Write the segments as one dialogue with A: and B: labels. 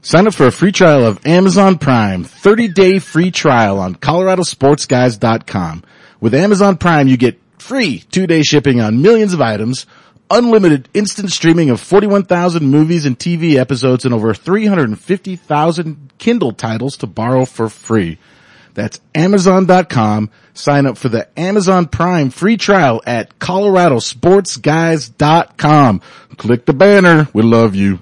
A: Sign up for a free trial of Amazon Prime, 30 day free trial on coloradosportsguys.com. With Amazon Prime, you get free two day shipping on millions of items, unlimited instant streaming of 41,000 movies and TV episodes and over 350,000 Kindle titles to borrow for free. That's Amazon.com. Sign up for the Amazon Prime free trial at coloradosportsguys.com. Click the banner. We love you.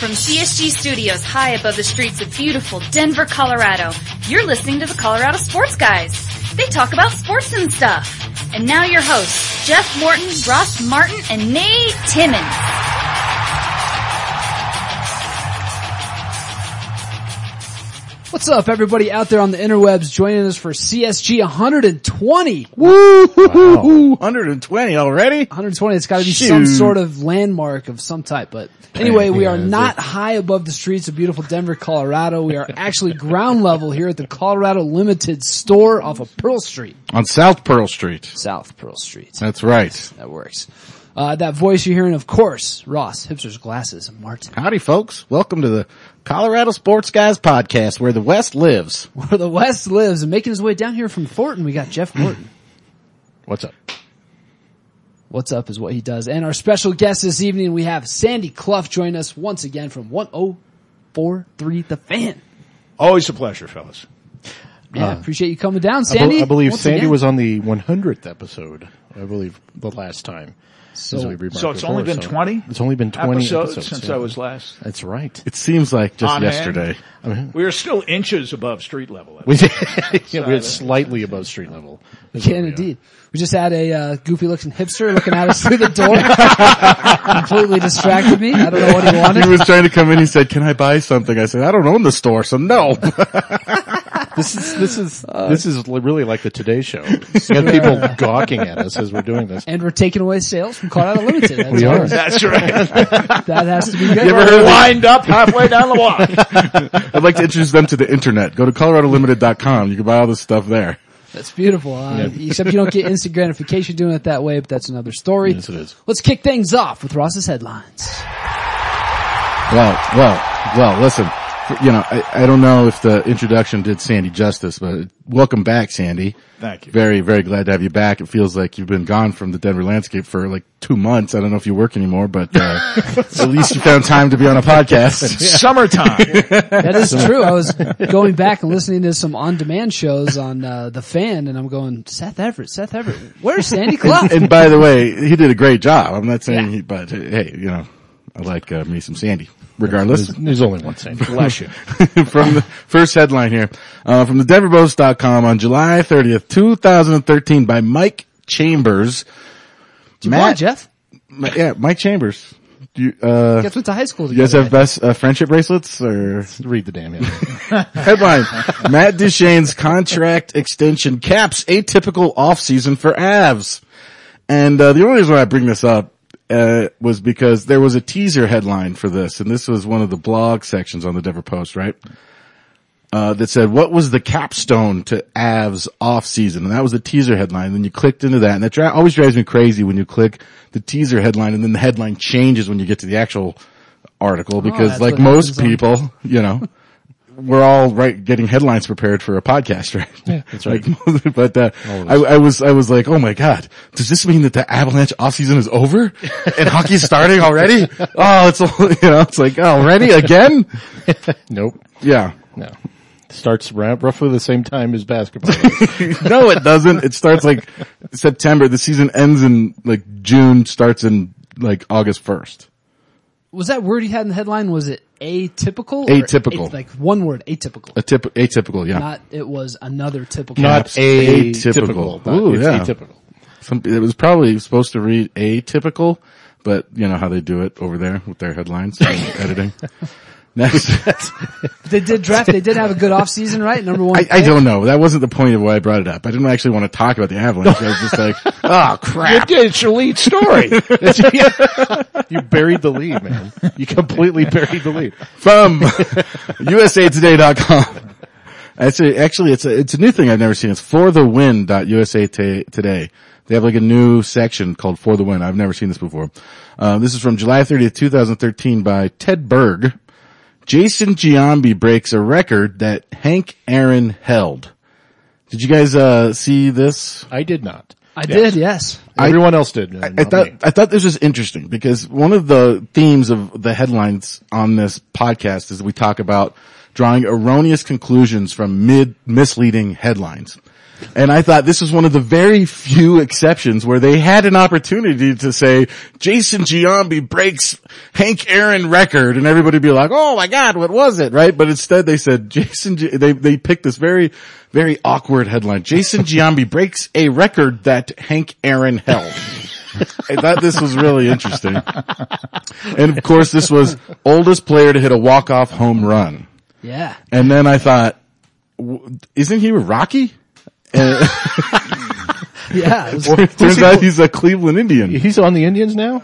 B: From CSG Studios, high above the streets of beautiful Denver, Colorado, you're listening to the Colorado Sports Guys. They talk about sports and stuff. And now your hosts, Jeff Morton, Ross Martin, and Nate Timmons.
C: What's up, everybody out there on the interwebs joining us for CSG 120?
A: Woo! 120 already?
C: 120, it's gotta be some
A: Shoot.
C: sort of landmark of some type, but anyway, we are not high above the streets of beautiful Denver, Colorado. We are actually ground level here at the Colorado Limited store off of Pearl Street,
A: On South Pearl Street.
C: South Pearl Street.
A: That's right.
C: That works. Uh, that voice you're hearing, of course, Ross, Hipster's Glasses, and Martin.
A: Howdy folks. Welcome to the Colorado Sports Guys podcast where the West lives.
C: Where the West lives and making his way down here from Thornton, we got Jeff Morton.
A: What's up?
C: What's up is what he does. And our special guest this evening, we have Sandy Clough join us once again from 1043 The Fan.
D: Always a pleasure, fellas.
C: Yeah, appreciate you coming down,
E: Uh, I bel-
C: Sandy.
E: I believe
C: once
E: Sandy
C: again.
E: was on the 100th episode. I believe the last time. So,
D: So it's only been 20?
E: It's only been 20
D: episodes,
E: episodes,
D: since
E: yeah.
D: I was last.
E: That's right.
A: It seems like just
D: On hand.
A: yesterday.
D: We are still inches above street level.
E: We yeah, we're slightly above street level. is
C: Yeah,
E: where we are.
C: indeed. We just had a uh, goofy looking hipster looking at us through the door. Completely distracted me. I don't know what he
A: He
C: wanted.
A: was trying to come in. He said, can I buy something? I said, I don't own the store. So no.
E: This is this is this is li- really like the Today Show. You have people gawking at us as we're doing this.
C: And we're taking away sales from Colorado Limited. That's
E: We are.
C: always-
D: That's right.
C: That has to be good.
A: ever heard of the-
D: Lined up halfway down the walk.
A: I'd like to introduce them to the internet. Go to coloradolimited.com. You can buy all this stuff there.
C: That's beautiful. Uh, Except you don't get instant gratification doing it that way, but that's another story.
E: Yes, it is.
C: Let's kick things off with Ross's headlines.
A: Well, well, well, listen, you know, I, I don't know if the introduction did Sandy justice, but welcome back, Sandy.
D: Thank you.
A: Very, very glad to have you back. It feels like you've been gone from the Denver landscape for like two months. I don't know if you work anymore, but uh, at least you found time to be on a podcast.
D: Summertime.
C: That is true. I was going back and listening to some on-demand shows on uh, the fan, and I'm going Seth Everett, Seth Everett. Where's Sandy Clough?
A: And by the way, he did a great job. I'm not saying he, but hey, you know, I like uh, me some Sandy. Regardless,
E: There's, there's only one Sandy.
D: Bless you.
A: from the first headline here, uh, from the DenverBoast.com on July 30th, 2013 by Mike Chambers.
C: Come on, Jeff.
A: Ma- yeah, Mike Chambers. Do you, uh,
C: You guys went to high school
A: you guys
C: together.
A: have best uh, friendship bracelets or
E: Read the damn headline.
A: headline? Matt Duchesne's contract extension caps atypical offseason for Avs. And uh, the only reason why I bring this up uh, was because there was a teaser headline for this, and this was one of the blog sections on the Denver Post, right? Uh, that said, what was the capstone to Avs offseason? And that was the teaser headline. Then you clicked into that, and that dri- always drives me crazy when you click the teaser headline, and then the headline changes when you get to the actual article, because
C: Oh, that's
A: like
C: what
A: most
C: happens on-
A: people, you know, we're all right getting headlines prepared for a podcast, right? Yeah, that's right. but uh, I, I was I was like, oh my god, does this mean that the Avalanche offseason is over and hockey's starting already? Oh, it's all- you know, it's like already again.
E: Nope.
A: Yeah,
E: No. Starts around roughly the same time as basketball.
A: no, it doesn't. It starts like September. The season ends in like June. Starts in like August first.
C: was that word you had in the headline? Was it atypical? or
A: Atypical.
C: a- like one word, atypical.
A: A tip, atypical. Yeah,
C: Not it was another typical.
E: Not
A: Perhaps atypical.
E: atypical. Not-
A: Ooh,
E: it's
A: yeah.
E: atypical.
A: Some, it was probably supposed to read atypical, but you know how they do it over there with their headlines and editing. Next.
C: they did draft. They did have a good off season, right? Number one.
A: I, I don't know. That wasn't the point of why I brought it up. I didn't actually want to talk about the avalanche. I was just like, oh crap.
D: It's your lead story.
E: You buried the lead, man. You completely buried the lead.
A: From usatoday.com. It's a, actually, it's a, it's a new thing I've never seen. It's for the win.usa ta- today. They have like a new section called for the win. I've never seen this before. Uh, this is from July 30th, 2013 by Ted Berg. Jason Giambi breaks a record that Hank Aaron held. Did you guys, uh, see this?
E: I did not.
C: I did, yes.
E: Everyone else did.
A: I thought I thought this was interesting because one of the themes of the headlines on this podcast is we talk about drawing erroneous conclusions from mid misleading headlines. And I thought this was one of the very few exceptions where they had an opportunity to say Jason Giambi breaks Hank Aaron record and everybody be like, "Oh my god, what was it?" right? But instead they said Jason G- they they picked this very very awkward headline. Jason Giambi breaks a record that Hank Aaron held. I thought this was really interesting. And of course this was oldest player to hit a walk-off home run.
C: Yeah.
A: And then I thought, w- isn't he Rocky?
C: Yeah. it was-
A: Turns out he's a Cleveland Indian.
E: He's on the Indians now.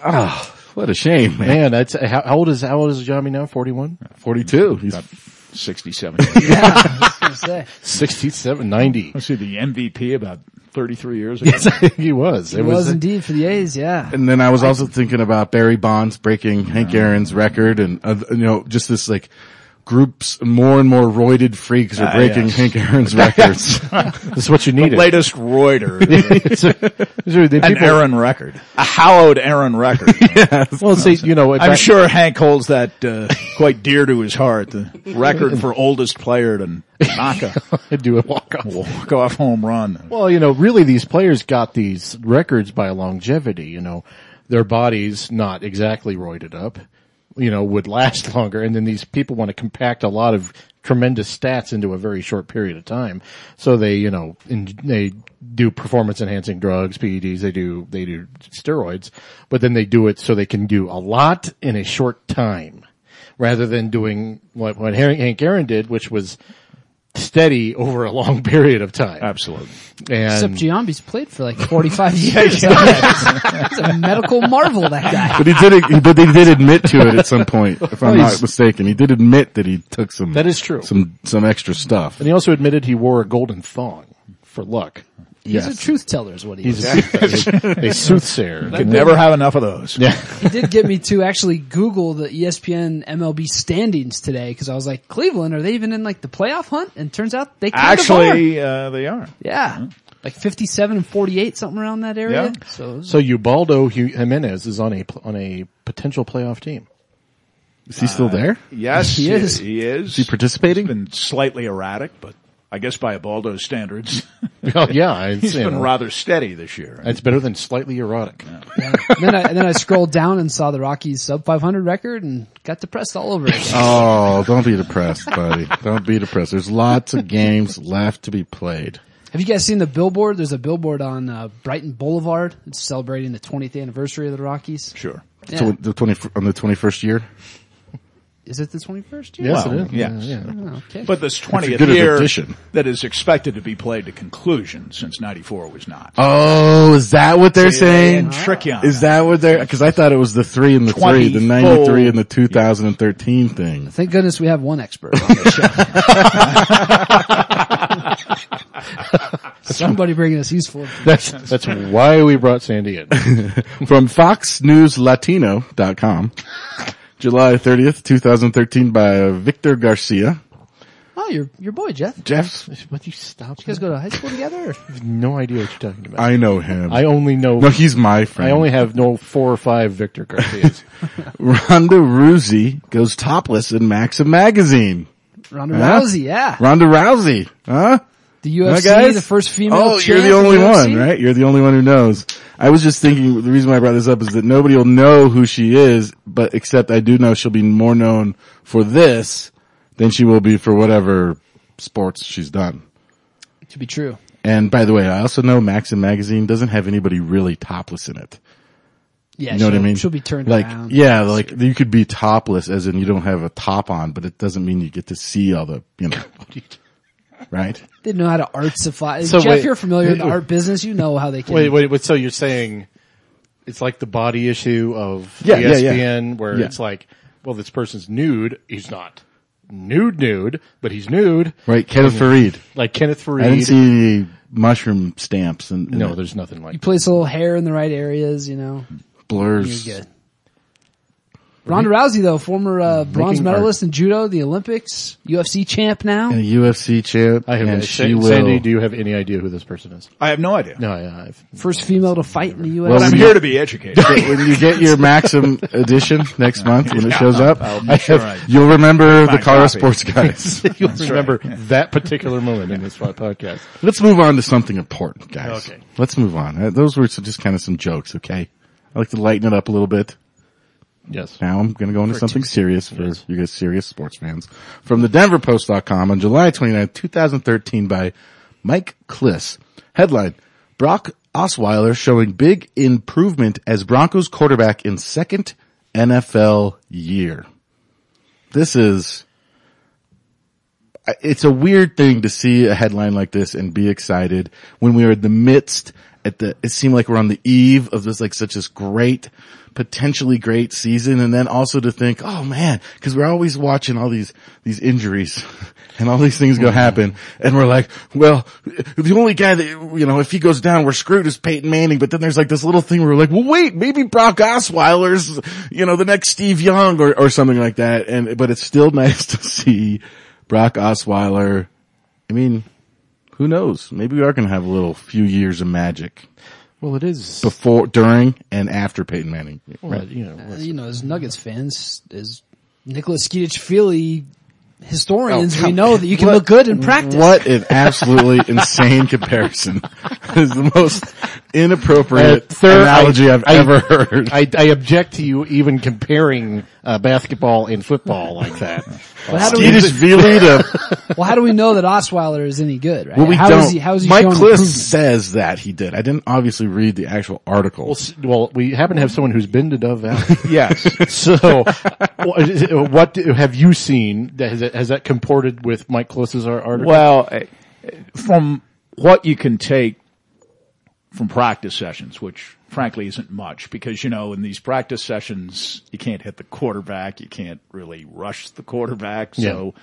A: What a shame, man.
E: Man, that's how, how old is how old is Johnny now? Forty one.
A: 42. He's,
D: 67.
C: I was gonna say.
E: 67, 90.
D: Let's see, the MVP about 33 years ago.
E: he was. It
C: It was indeed for the A's, yeah.
A: and then I was also thinking about Barry Bonds breaking Hank Aaron's record and, uh, you know, just this like groups, more and more roided freaks are
D: Ah,
A: breaking
D: yes.
A: Hank Aaron's records.
E: That's what you needed.
D: Latest Reuter.
E: It's a- it's a- the
D: An
E: people-
D: Aaron record. A hallowed Aaron record.
E: well, see, you know,
D: I'm sure Hank holds that uh, quite dear to his heart. The record for oldest player to knock a
E: I do a walk off.
D: walk-off home run.
E: Well, you know, really these players got these records by longevity, you know, their bodies not exactly roided up, you know, would last longer. And then these people want to compact a lot of tremendous stats into a very short period of time. So they, you know, in, they do performance enhancing drugs, PEDs, they do, they do steroids, but then they do it so they can do a lot in a short time rather than doing what, what Hank Aaron did, which was steady over a long period of time.
D: Absolutely.
E: And
C: Except Giambi's played for like 45 years. Yeah, He's a medical marvel, that guy.
A: but he did, it- but they did admit to it at some point, if I'm not
E: he's-
A: mistaken. He did admit that he took some,
E: That is true.
A: some, some extra stuff.
E: and he also admitted he wore a golden thong for luck.
C: He's
A: Yes.
C: a truth teller is what he
E: He's
C: is.
E: a, a soothsayer.
D: Could never have enough of those.
C: He did get me to actually Google the E ESPN MLB standings today because I was like, Cleveland, are they even in like the playoff hunt? And turns out they kind of are.
D: Actually, uh, they are.
C: Yeah. Like 57 and 48, something around that area.
D: Yeah.
C: So, it was-
E: So Ubaldo Hu- Jimenez is on a pl- on a potential playoff team. Uh,
A: Is he still there?
D: Yes,
C: He is.
D: He is.
A: Is he participating?
D: He's been slightly erratic, but I guess by Baldo's standards,
E: Oh yeah, it's,
D: he's
E: you
D: been
E: know,
D: rather steady this year.
E: it's better than slightly erotic.
C: and then I, and then I scrolled down and saw the Rockies sub 500 record and got depressed all over again.
A: Oh, don't be depressed, buddy. Don't be depressed. There's lots of games left to be played.
C: Have you guys seen the billboard? There's a billboard on uh, Brighton Boulevard. It's celebrating the 20th anniversary of the Rockies.
D: Sure.
C: Yeah.
A: So the 20, on the 21st year?
C: is it the 21st year?
E: Yes,
D: Well,
E: it is.
D: yes.
E: Yeah, yeah.
C: Oh, okay.
D: But this 20th
A: good
D: year
A: addition.
D: that is expected to be played to conclusion since 94 was not.
A: Oh, is that what they're
D: And
A: saying?
D: trick you on
A: Is that what they're, cause I thought it was the three and the three, the
D: 24.
A: 93 and the 2013 thing.
C: Thank goodness we have one expert on the show. Somebody bringing us useful.
E: That's that's why we brought Sandy in.
A: From FoxNewsLatino.com, July 30th, 2013 by Victor Garcia.
C: Oh, your your boy Jeff. You
A: Jeff,
E: Would you stop? You
C: guys go to high school together?
E: have no idea what you're talking about.
A: I know him.
E: I, only know.
A: no, he's my
E: I
A: friend.
E: only have no four or five Victor Garcias.
A: Ronda Rousey goes topless in Maxim magazine.
C: Ronda
A: Huh?
C: Rousey, yeah.
A: Ronda Rousey, huh?
C: The
A: Huh,
C: UFC,
A: guys?
C: the first female.
A: Oh, you're
C: champ
A: the
C: in
A: only
C: UFC?
A: one, right? You're the only one who knows. I was just thinking the reason why I brought this up is that nobody will know who she is, but except I do know she'll be more known for this than she will be for whatever sports she's done.
C: To be true.
A: And by the way, I also know Maxim magazine doesn't have anybody really topless in it.
C: Yeah,
A: You know what I
C: she'll-
A: mean?
C: She'll be turned
A: like,
C: around.
A: Yeah, like you could be topless as in you don't have a top on, but it doesn't mean you get to see all the, you know, right?
C: Didn't know how to artsify.
E: So
C: Jeff,
E: wait-
C: you're familiar with the art business. You know how they can.
E: Wait, wait, wait. So you're saying it's like the body issue of E
A: Yeah, yeah,
E: ESPN
A: yeah.
E: where
A: Yeah.
E: it's like, well, this person's nude. He's not. nude nude, but he's nude.
A: Right, Kenneth Fareed.
E: Like Kenneth Fareed.
A: I didn't see any mushroom stamps and, and
E: no, there's nothing like
C: Place a little hair in the right areas, you know.
A: blurs.
C: You're good. Ronda Rousey, though, former uh, bronze
E: Making
C: medalist in judo, the Olympics, UFC champ now.
A: And a UFC champ.
E: I have
A: and
E: no,
A: she
E: Sa-
A: will.
E: Sandy, do you have any idea who this person is?
D: I have no idea.
E: No, yeah, I've,
C: First female to fight in the UFC.
D: But I'm here to be educated.
A: when you get your Maxim edition next month when it shows up,
D: make
A: I
D: sure
A: have-
D: I
A: you'll remember the
D: find
A: Colorado
D: copy.
A: Sports Guys.
E: you'll remember that particular moment in this podcast.
A: Let's move on to something important, guys.
E: Okay.
A: Let's move on. Uh, Those were some- just kind of some jokes, okay? I like to lighten it up a little bit.
E: Yes.
A: Now I'm going to go into something serious for you guys serious sports fans. From the denverpost.com on July 29, 2013 by Mike Kliss. Headline, Brock Osweiler showing big improvement as Broncos quarterback in second NFL year. This is, I- it's a weird thing to see a headline like this and be excited when we are in the midst at the, it seemed like we're on the eve of this like such this great, potentially great season. And then also to think, oh man, cause we're always watching all these, these injuries and all these things go happen. And we're like, well, the only guy that, you know, if he goes down, we're screwed is Peyton Manning. But then there's like this little thing where we're like, well, wait, maybe Brock Osweiler's, you know, the next Steve Young or, or something like that. And, but it's still nice to see Brock Osweiler. I mean, who knows? Maybe we are going to have a little few years of magic
E: Well, it is.
A: before, during, and after Peyton Manning.
E: Well, you know,
C: Uh, you know, as Nuggets fans, as Nicholas Skiddich Philly historians, we know that you can look good in practice.
A: Oh, What an absolutely insane comparison! is the most inappropriate
E: Uh, third,
A: analogy I, have
E: I-
A: ever heard.
E: I, I object to you even comparing uh, basketball and football like that.
C: Well, how, do we,
A: Swedish Vili to
C: well, how do we know that Osweiler is any good, right?
A: well, we
C: how
A: don't.
C: is he, how is he
A: Mike
C: showing
A: Kliss
C: improvement?
A: says that he did. I didn't obviously read the actual article.
E: Well, s- well, we happen to have someone who's been to Dove Valley.
D: yes.
E: so, what, is it- what do- have you seen? that- Has that, has that comported with Mike Close's ar- article?
D: Well, eh, from what you can take from practice sessions, which frankly isn't much because, you know, in these practice sessions, you can't hit the quarterback. You can't really rush the quarterback. So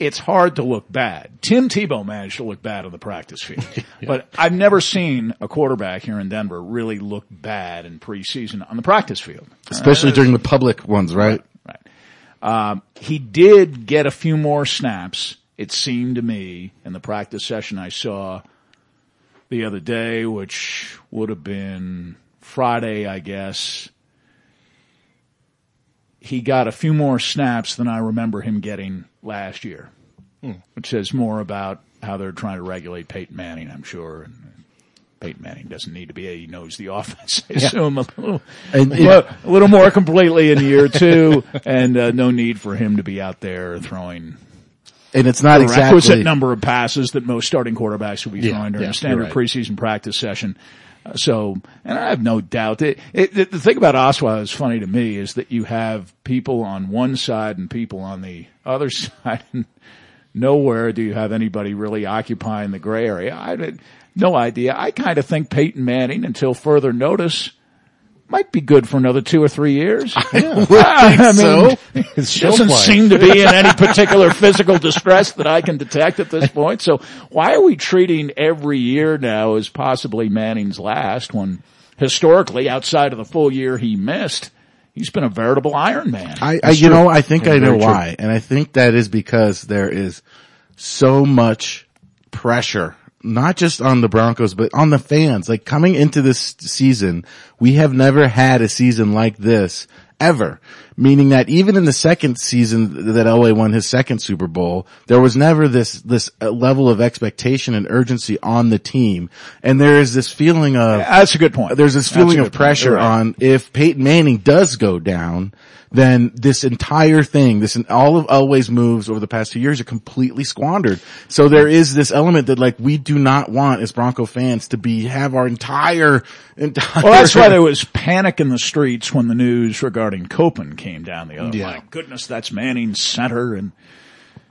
D: it's hard to look bad. Tim Tebow managed to look bad on the practice field, but I've never seen a quarterback here in Denver really look bad in preseason on the practice field.
A: Especially during the public ones, right?
D: Right. Um, he did get a few more snaps, it seemed to me, in the practice session I saw the other day, which would have been Friday, I guess. He got a few more snaps than I remember him getting last year, which says more about how they're trying to regulate Peyton Manning, I'm sure. And Peyton Manning doesn't need to be. He knows the offense, I assume, a little,
A: And
D: a
A: it-
D: little- a little more completely in year two, and uh, no need for him to be out there throwing
A: And it's not
D: the
A: exactly
D: requisite number of passes that most starting quarterbacks would be
E: Yeah,
D: throwing during
E: yeah,
D: a standard
E: you're right.
D: preseason practice session. Uh, so, and I have no doubt that it, the- the thing about Osweiler is funny to me is that you have people on one side and people on the other side. And nowhere do you have anybody really occupying the gray area. I had no idea. I kind of think Peyton Manning, until further notice, might be good for another two or three years. I mean,
E: His
D: doesn't
E: show
D: seem to be in any particular physical distress that I can detect at this point. So why are we treating every year now as possibly Manning's last when historically outside of the full year he missed, he's been a veritable Iron Man.
A: I, I you know, I think I know why. And I think that is because there is so much pressure, not just on the Broncos, but on the fans. Like coming into this season, we have never had a season like this ever. Meaning that even in the second season that LA won his second Super Bowl, there was never this, this uh, level of expectation and urgency on the team. And there is this feeling of,
D: That's a good point.
A: there's this
D: That's a
A: feeling
D: good
A: of
D: point.
A: pressure
D: You're right.
A: on if Peyton Manning does go down, then this entire thing, this and all of Elway's moves over the past two years are completely squandered. So there is this element that like we do not want as Bronco fans to be have our entire entire.
D: Well, that's why there was panic in the streets when the news regarding Copen came down the other.
E: Yeah.
D: My goodness, that's Manning's center and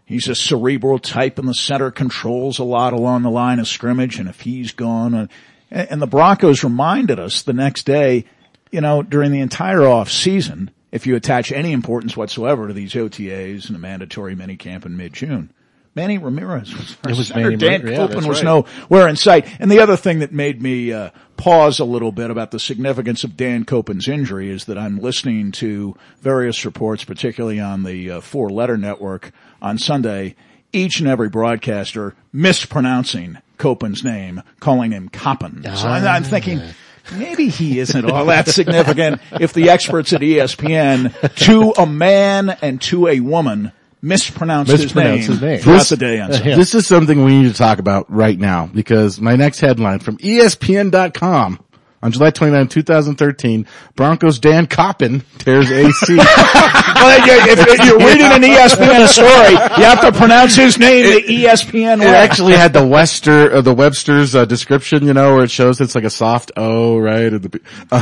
D: he's a cerebral type and the center controls a lot along the line of scrimmage and if he's gone uh, and, and the Broncos reminded us the next day, you know, during the entire off season, if you attach any importance whatsoever to these OTAs and a mandatory minicamp in mid-June. Manny Ramirez was our
E: It was
D: center.
E: Manny
D: Dan
E: Ramirez, yeah,
D: Copeland was
E: that's right.
D: nowhere in sight. And the other thing that made me uh, pause a little bit about the significance of Dan Copeland's injury is that I'm listening to various reports, particularly on the uh, Four Letter Network on Sunday, each and every broadcaster mispronouncing Copeland's name, calling him Coppin. So I'm, I'm thinking, maybe he isn't all that significant if the experts at E ESPN, to a man and to a woman, mispronounced,
E: Mispronounced
D: his
E: his
D: name,
E: name.
D: throughout
A: This-
D: the day on Sunday.
E: Yeah.
A: This is something we need to talk about right now because my next headline from E ESPN.com on July 29, 2013, Broncos Dan Coppin tears AC.
D: Well, you- if, if you're reading an E ESPN story, you have to pronounce his name the E ESPN
A: It
D: way.
A: actually had the Wester, uh, the Webster's uh, description, you know, where it shows it's like a soft O, right? And the b-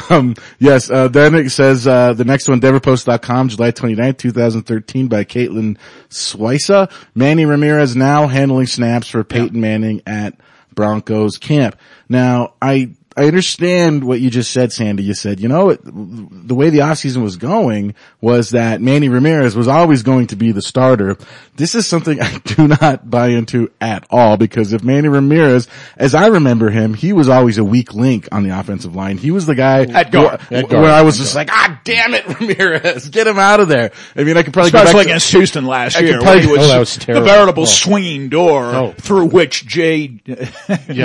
A: Um, yes, uh, then it says, uh, the next one, DenverPost.com, July 29, 2013 by Caitlin Swisa. Manny Ramirez now handling snaps for Peyton Manning at Broncos camp. Now, I, I understand what you just said, Sandy. You said, you know, it, the way the offseason was going was that Manny Ramirez was always going to be the starter. This is something I do not buy into at all because if Manny Ramirez, as I remember him, he was always a weak link on the offensive line. He was the guy
D: At guard.
A: wh-
E: At guard.
A: where I was just like, ah, damn it, Ramirez, get him out of there. I mean, I could probably go
D: Especially
A: back to-
D: against Houston last year,
A: probably-
D: when he was,
E: Oh, that was
D: the
E: terrible.
D: veritable
E: Oh.
D: swinging door
E: Oh.
D: through which Jade
E: Yeah.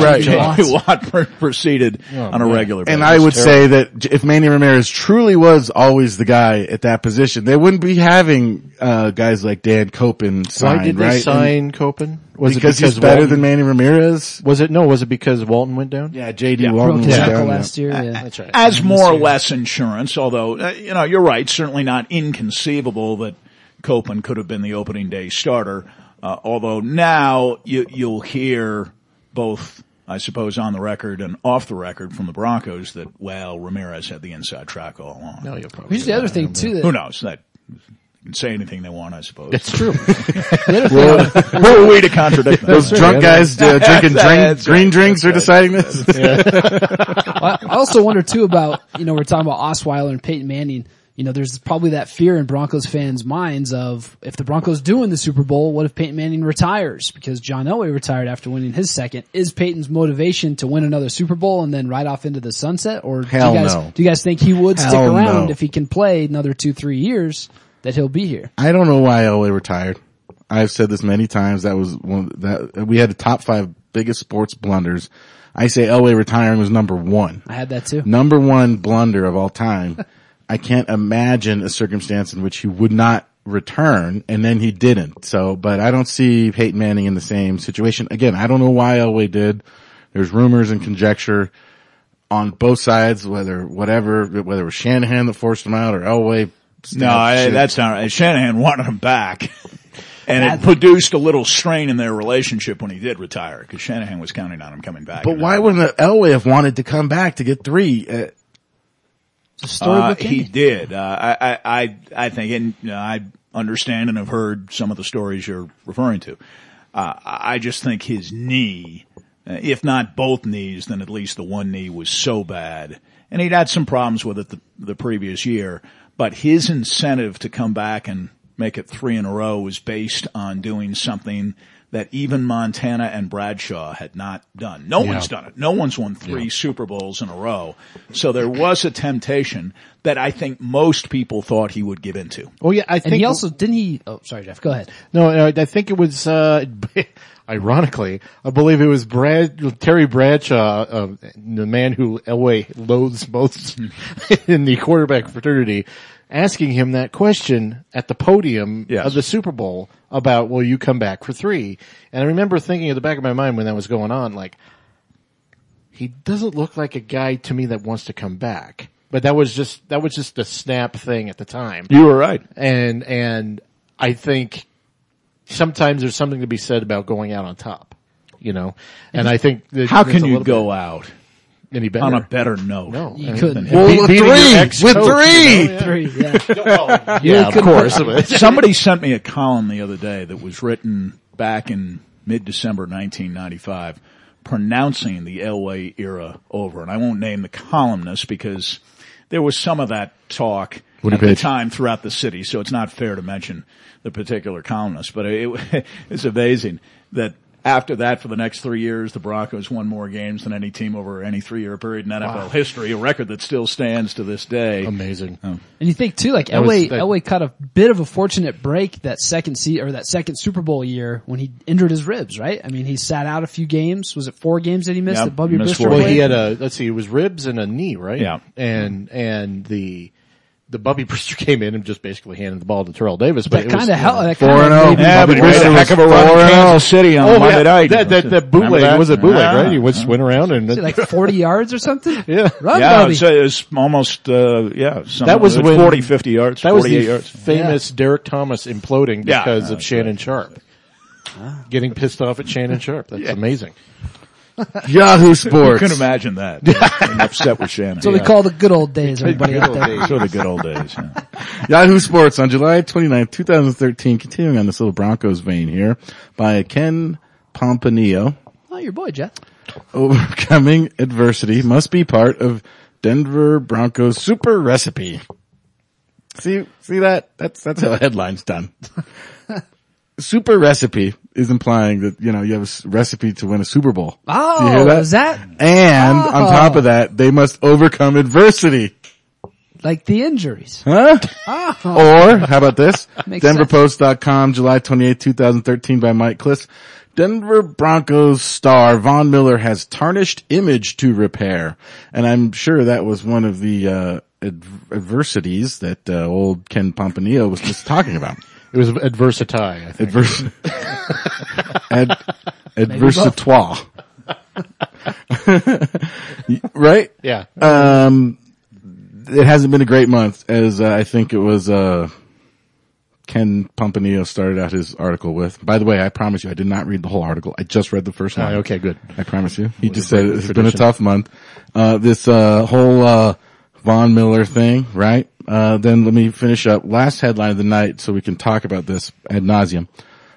A: Right.
E: Yeah.
D: Watt, proceeded on a
E: man.
D: regular basis.
A: Oh, And I would say that j- if Manny Ramirez truly was always the guy at that position, they wouldn't be having uh, guys like Dan Copen signed,
E: Why did they
A: right? And
E: sign Copen? Was
A: because,
E: it because
A: he's better
E: Walton-
A: than Manny Ramirez.
E: Was it no? Was it because Walton went down?
A: Yeah, JD
C: Broke
A: Walton
C: his
A: was
C: ankle
A: down there.
C: last year. yeah.
E: that's right.
D: as more or less insurance, although, uh, you know, you're right, certainly not inconceivable that Copeland could have been the opening day starter. Uh, although now you, you'll hear both, I suppose, on the record and off the record from the Broncos that, well, Ramirez had the inside track all along.
E: No, Oh, you'll probably
C: Here's the other thing too.
D: Who
C: That,
D: knows? That can say anything they want, I suppose.
E: It's true.
D: Who are we to contradict them?
A: Those drunk guys uh, drinking drink,
D: That's
A: green
D: right,
A: drinks are deciding this.
C: I I also wonder too about you know we're talking about Osweiler and Peyton Manning. You know, there's probably that fear in Broncos fans' minds of if the Broncos do win the Super Bowl, what if Peyton Manning retires? Because John Elway retired after winning his second. Is Peyton's motivation to win another Super Bowl and then ride off into the sunset, or
A: Hell
C: do you guys
A: no.
C: do you guys think he would stick
A: Hell
C: around
A: no.
C: if he can play another two three years that he'll be here?
A: I don't know why Elway retired. I've said this many times. That was one that we had the top five biggest sports blunders. I say Elway retiring was number one.
C: I had that too.
A: number one blunder of all time. I can't imagine a circumstance in which he would not return and then he didn't. So, but I don't see Peyton Manning in the same situation. Again, I don't know why Elway did. There's rumors and conjecture on both sides, whether whatever, whether it was Shanahan that forced him out or Elway.
D: No, I,
A: Shit.
D: that's not right. Shanahan wanted him back. And it produced a little strain in their relationship when he did retire because Shanahan was counting on him coming back.
A: But why wouldn't Elway have wanted to come back to get three? Uh,
D: Uh,
C: Storybook
D: he
C: ending.
D: did. Uh, I, I, I, I think, and you know, I understand and have heard some of the stories you're referring to. Uh, I I just think his knee, uh, if not both knees, then at least the one knee was so bad, and he'd had some problems with it the, the previous year. But his incentive to come back and make it three in a row was based on doing something that even Montana and Bradshaw had not done. No one's done it. No one's won three Super Bowls in a row. So there was a temptation that I think most people thought he would give into.
E: Oh yeah, I
C: And
E: think
C: he also didn't he? Oh, sorry, Jeff. Go ahead.
E: No, no, I think it was, uh, ironically, I believe it was Brad, Terry Bradshaw, uh, the man who Elway loathes most in the quarterback fraternity, asking him that question at the podium
D: Yes.
E: of the Super Bowl about, will you come back for three? And I remember thinking at the back of my mind when that was going on, like, he doesn't look like a guy to me that wants to come back. But that was just, that was just a snap thing at the time
D: You were right.
E: and and I think sometimes there's something to be said about going out on top, you know. And I think that
D: How
E: that's
D: can
E: a
D: you
E: little
D: go out
E: bit any better?
D: on a better note?
E: no,
C: You
E: I mean,
C: couldn't.
E: be-
A: Well, with
E: beating your
A: three!
E: ex-coach,
A: With three!
E: you know?
C: Three. Yeah.
E: yeah, yeah of course. But-
D: Somebody sent me a column the other day that was written back in mid-December 1995 pronouncing the Elway era over. And I won't name the columnist because there was some of that talk
A: Winnipeg.
D: at the time throughout the city, so it's not fair to mention the particular columnist. But it, it's amazing that after that, for the next three years, the Broncos won more games than any team over any three-year period in NFL history, a record that still stands to this day.
E: Amazing.
D: Um,
C: And you think too, like
E: was-
C: Elway,
E: that-
C: Elway caught a bit of a fortunate break that second se- or that second Super Bowl year when he injured his ribs, right? I mean, he sat out a few games. Was it four games that he missed?
D: Yeah,
C: that Bobby
D: missed
C: Brister
D: four.
E: Well,
C: played?
E: he had a let's see, it was ribs and a knee, right?
D: Yeah.
E: And and the the Bubby Brewster came in and just basically handed the ball to Terrell Davis, but
C: that
E: it was
C: kind of hell. That
A: four and oh.
C: kind
A: Yeah,
D: but
A: Bobby
D: he made
A: Brister
D: a heck
A: was
D: of a run
A: four
D: in
A: and
D: Kansas City on
E: Oh,
D: Monday
E: yeah.
D: night.
E: That, that, that
D: Remember
E: bootleg
D: that?
E: was a bootleg,
D: Yeah.
E: right? He went, went around and
C: like forty yards or something.
E: yeah.
C: Run,
D: Yeah,
C: Bobby.
D: it's, it's almost uh, yeah. Some,
E: That was
D: it's
E: when-
D: 40, 50 yards,
E: That was
D: forty
E: the
D: eight yards.
E: famous Derek Thomas imploding
D: Yeah.
E: because
D: Yeah,
E: of
D: that's
E: Shannon Sharp. Getting pissed off at Shannon Sharp. That's amazing.
A: Yahoo
D: I
A: Sports.
D: couldn't imagine that. Being upset with Shannon.
C: so we call the good old days, everybody out there.
D: so the good old days. yeah.
A: Yahoo Sports on July 29, 2013, continuing on this little Broncos vein here by Ken Pompanillo.
C: Oh, your boy Jeff.
A: Overcoming adversity must be part of Denver Broncos super recipe. See, see that? That's, that's how a headline's done. super recipe is implying that, you know, you have a s- recipe to win a Super Bowl.
C: Oh,
A: you hear that?
C: is that
A: And on
C: Oh.
A: top of that, they must overcome adversity.
C: like the injuries?
A: Huh?
C: Oh,
A: Or how about this?
C: Makes
A: DenverPost.com, July 28, 2013 by Mike Kliss. Denver Broncos star Von Miller has tarnished image to repair. And I'm sure that was one of the, uh, ad- adversities that, uh, old Ken Pompanillo was just talking about.
E: It was adversity, I think.
A: Advers- ad- adversatoire. right?
E: Yeah.
A: Um, it hasn't been a great month, as uh, I think it was uh, Ken Pompanillo started out his article with. By the way, I promise you, I did not read the whole article. I just read the first
E: Ah,
A: line.
E: okay, good.
A: I promise you. He just
E: a
A: said
E: great
A: it's been a
E: tradition.
A: tough month. Uh, this uh, whole uh, Von Miller thing, right? Uh, then let me finish up. Last headline of the night, so we can talk about this ad nauseum.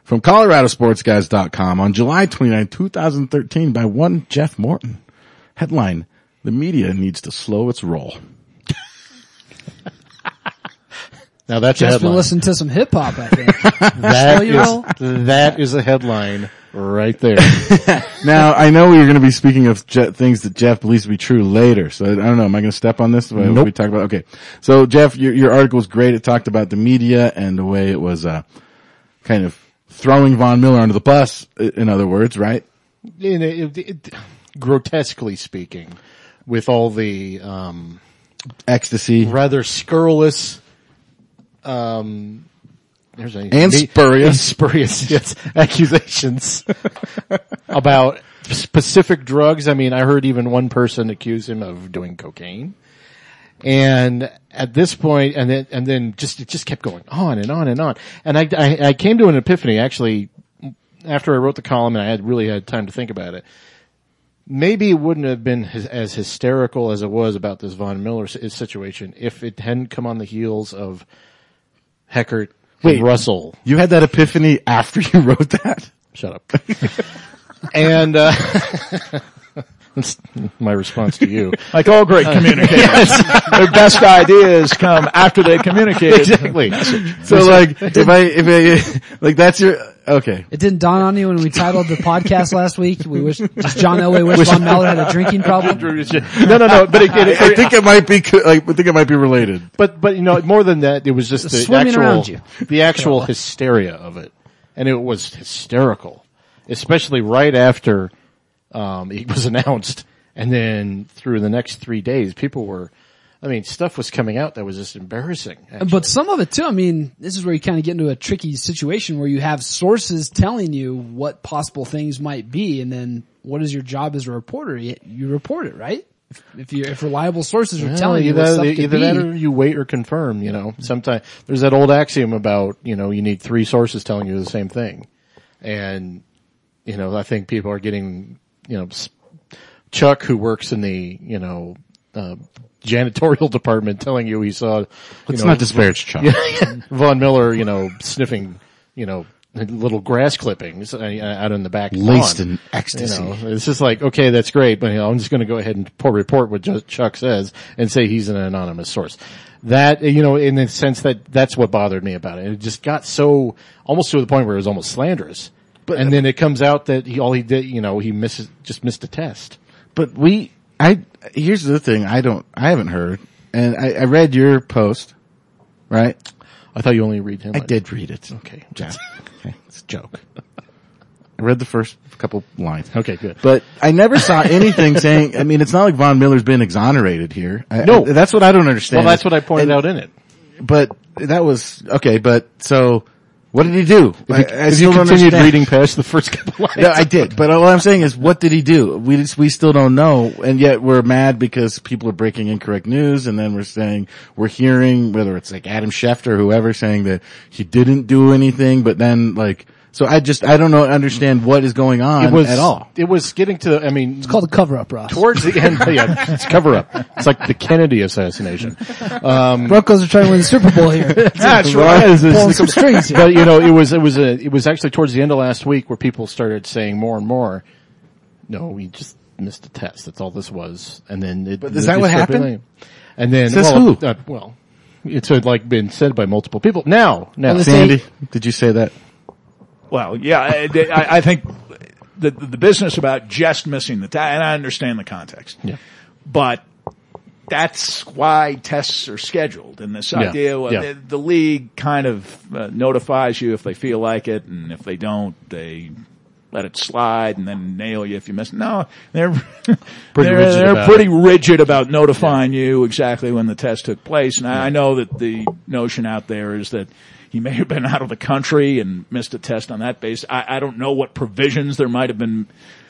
A: From ColoradoSportsGuys.com on July 29, 2013 by one Jeff Morton. Headline, the media needs to slow its roll.
E: Now that's a
C: Jeff's been
E: headline.
C: listening to some hip hop. I think.
E: That
C: Slow your roll.
E: is, that is a headline right there.
A: Now, I know we were going to be speaking of Je- things that Jeff believes to be true later, so I don't know. Am I going to step on this? Nope. We talk about okay. So, Jeff, your your article was great. It talked about the media and the way it was uh, kind of throwing Von Miller under the bus. i- In other words, right?
E: In a- it- it- grotesquely speaking, with all the um,
A: Ecstasy
E: rather scurrilous, um, there's a,
A: and spurious.
E: spurious yes, accusations about specific drugs. I mean, I heard even one person accuse him of doing cocaine. And at this point, and then, and then just, it just kept going on and on and on. And I, I, I came to an epiphany actually after I wrote the column and I had really had time to think about it. Maybe it wouldn't have been hys- as hysterical as it was about this Von Miller s- situation if it hadn't come on the heels of Heckert
A: Wait.
E: and Russell.
A: You had that epiphany after you wrote that.
E: Shut up. and uh, that's my response to you. Uh,
D: Like all great communicators, their best ideas come after they communicate.
E: exactly.
A: So, like, if I if I like, that's your okay.
C: It didn't dawn on you when we titled the podcast last week. We wish just John Elway wished Von Miller had a drinking problem.
E: no, no, no. But it, it,
A: I think it might be co- like I think it might be related.
E: but but you know more than that, it was just the
C: Swimming
E: actual
C: around you.
E: the actual hysteria of it, and it was hysterical, especially right after um, it was announced, and then through the next three days, people were. I mean, stuff was coming out that was just embarrassing.
C: But some of it too, I mean, this is where you kind of get into a tricky situation where you have sources telling you what possible things might be and then what is your job as a reporter? You, you report it, right? If, if you if reliable sources are
E: Yeah,
C: telling you
E: either,
C: what stuff could
E: either
C: be.
E: that or you wait or confirm. You know, sometimes there's that old axiom about you know you need three sources telling you the same thing, and you know I think people are getting you know s- Chuck who works in the you know uh, janitorial department telling you he saw. you
A: Let's
E: know,
A: not disparage Chuck.
E: Von Miller, you know, sniffing, you know, little grass clippings uh, out in the back.
A: Laced
E: lawn.
A: in ecstasy.
E: You know, it's just like, okay, that's great, but you know, I'm just going to go ahead and po- report what Ju- Chuck says and say he's an anonymous source. that you know in the sense that that's what bothered me about it. It just got so almost to the point where it was almost slanderous. But
A: uh,
E: and then it comes out that he all he did, you know, he misses just missed a test.
A: But we, I, here's the thing I don't, I haven't heard, and I, I read your post, right?
E: I thought you only read him.
A: I did read it.
E: Okay.
A: John. Okay. It's a joke. I read the first couple lines.
E: Okay, good.
A: But I never saw anything saying, I mean, it's not like Von Miller's been exonerated here. I,
E: No.
A: I- that's what I don't understand.
E: Well, that's what I pointed
A: And-
E: out in it.
A: But that was, okay, but so what did he do?
E: If you, if you continued reading past the first couple lines,
A: No, I did, but what I'm saying is, what did he do? We just, we still don't know, and yet we're mad because people are breaking incorrect news, and then we're saying we're hearing whether it's like Adam Schefter or whoever saying that he didn't do anything, but then like, so I just I don't know understand what is going on
E: it was
A: at all.
E: It was getting to. I mean,
C: It's called a cover up, Ross.
E: towards the end. Yeah, it's cover up. It's like the Kennedy assassination.
C: Broncos are trying to win the Super Bowl here.
E: That's
A: right.
C: Pulling some strings here.
E: But you know, it was it was a it was actually towards the end of last week where people started saying more and more. No, we just missed a test. That's all this was. And then it,
A: But is that
E: it
A: what
E: started
A: happened?
E: being- And then
A: Says
E: well,
A: who?
E: uh, well, it's uh, like been said by multiple people. Now, now,
C: the same-
A: Sandy, did you say that?
D: Well, yeah, I, I, I think the the business about just missing the test, and I understand the context.
E: Yeah.
D: but that's why tests are scheduled, and this
E: Yeah,
D: idea of
E: yeah.
D: the, the league kind of uh, notifies you if they feel like it, and if they don't, they let it slide and then nail you if you miss. No, they're
E: Pretty
D: they're,
E: rigid
D: they're
E: about
D: pretty rigid about notifying you exactly when the test took place. And I I know that the notion out there is that he may have been out of the country and missed a test on that basis. I, I don't know what provisions there might have been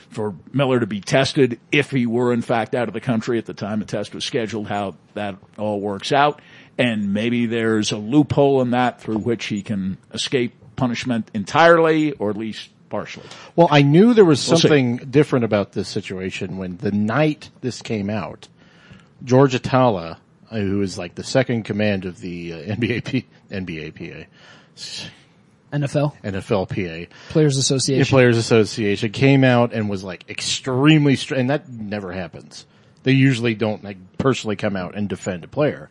D: for Miller to be tested if he were in fact out of the country at the time the test was scheduled, how that all works out. And maybe there's a loophole in that through which he can escape punishment entirely or at least partially.
E: Well, I knew there was
D: We'll see.
E: something different about this situation when the night this came out, George Atala, uh, who is like the second command of the uh, NBAP, NBAPA,
C: NFL
E: NFLPA,
C: Players
E: the
C: Association.
E: Players Association, came out and was like extremely str and that never happens. They usually don't like personally come out and defend a player.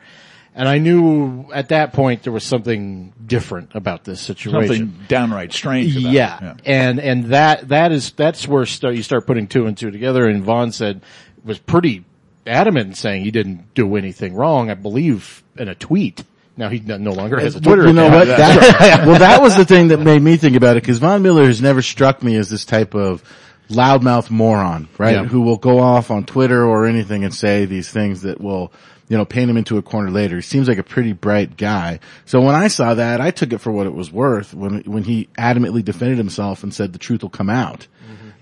E: And I knew at that point there was something different about this situation.
D: Something downright strange. About it.
E: Yeah. and and that that is that's where start, you start putting two and two together. And Vaughn said was pretty adamant in saying he didn't do anything wrong. I believe in a tweet. Now he no no longer has a Twitter.
A: you know
E: account.
A: what? That, well, that was the thing that made me think about it because Von Miller has never struck me as this type of loudmouth moron, right?
E: Yeah.
A: Who will go off on Twitter or anything and say these things that will, you know, paint him into a corner later. He seems like a pretty bright guy. So when I saw that, I took it for what it was worth when when he adamantly defended himself and said the truth will come out.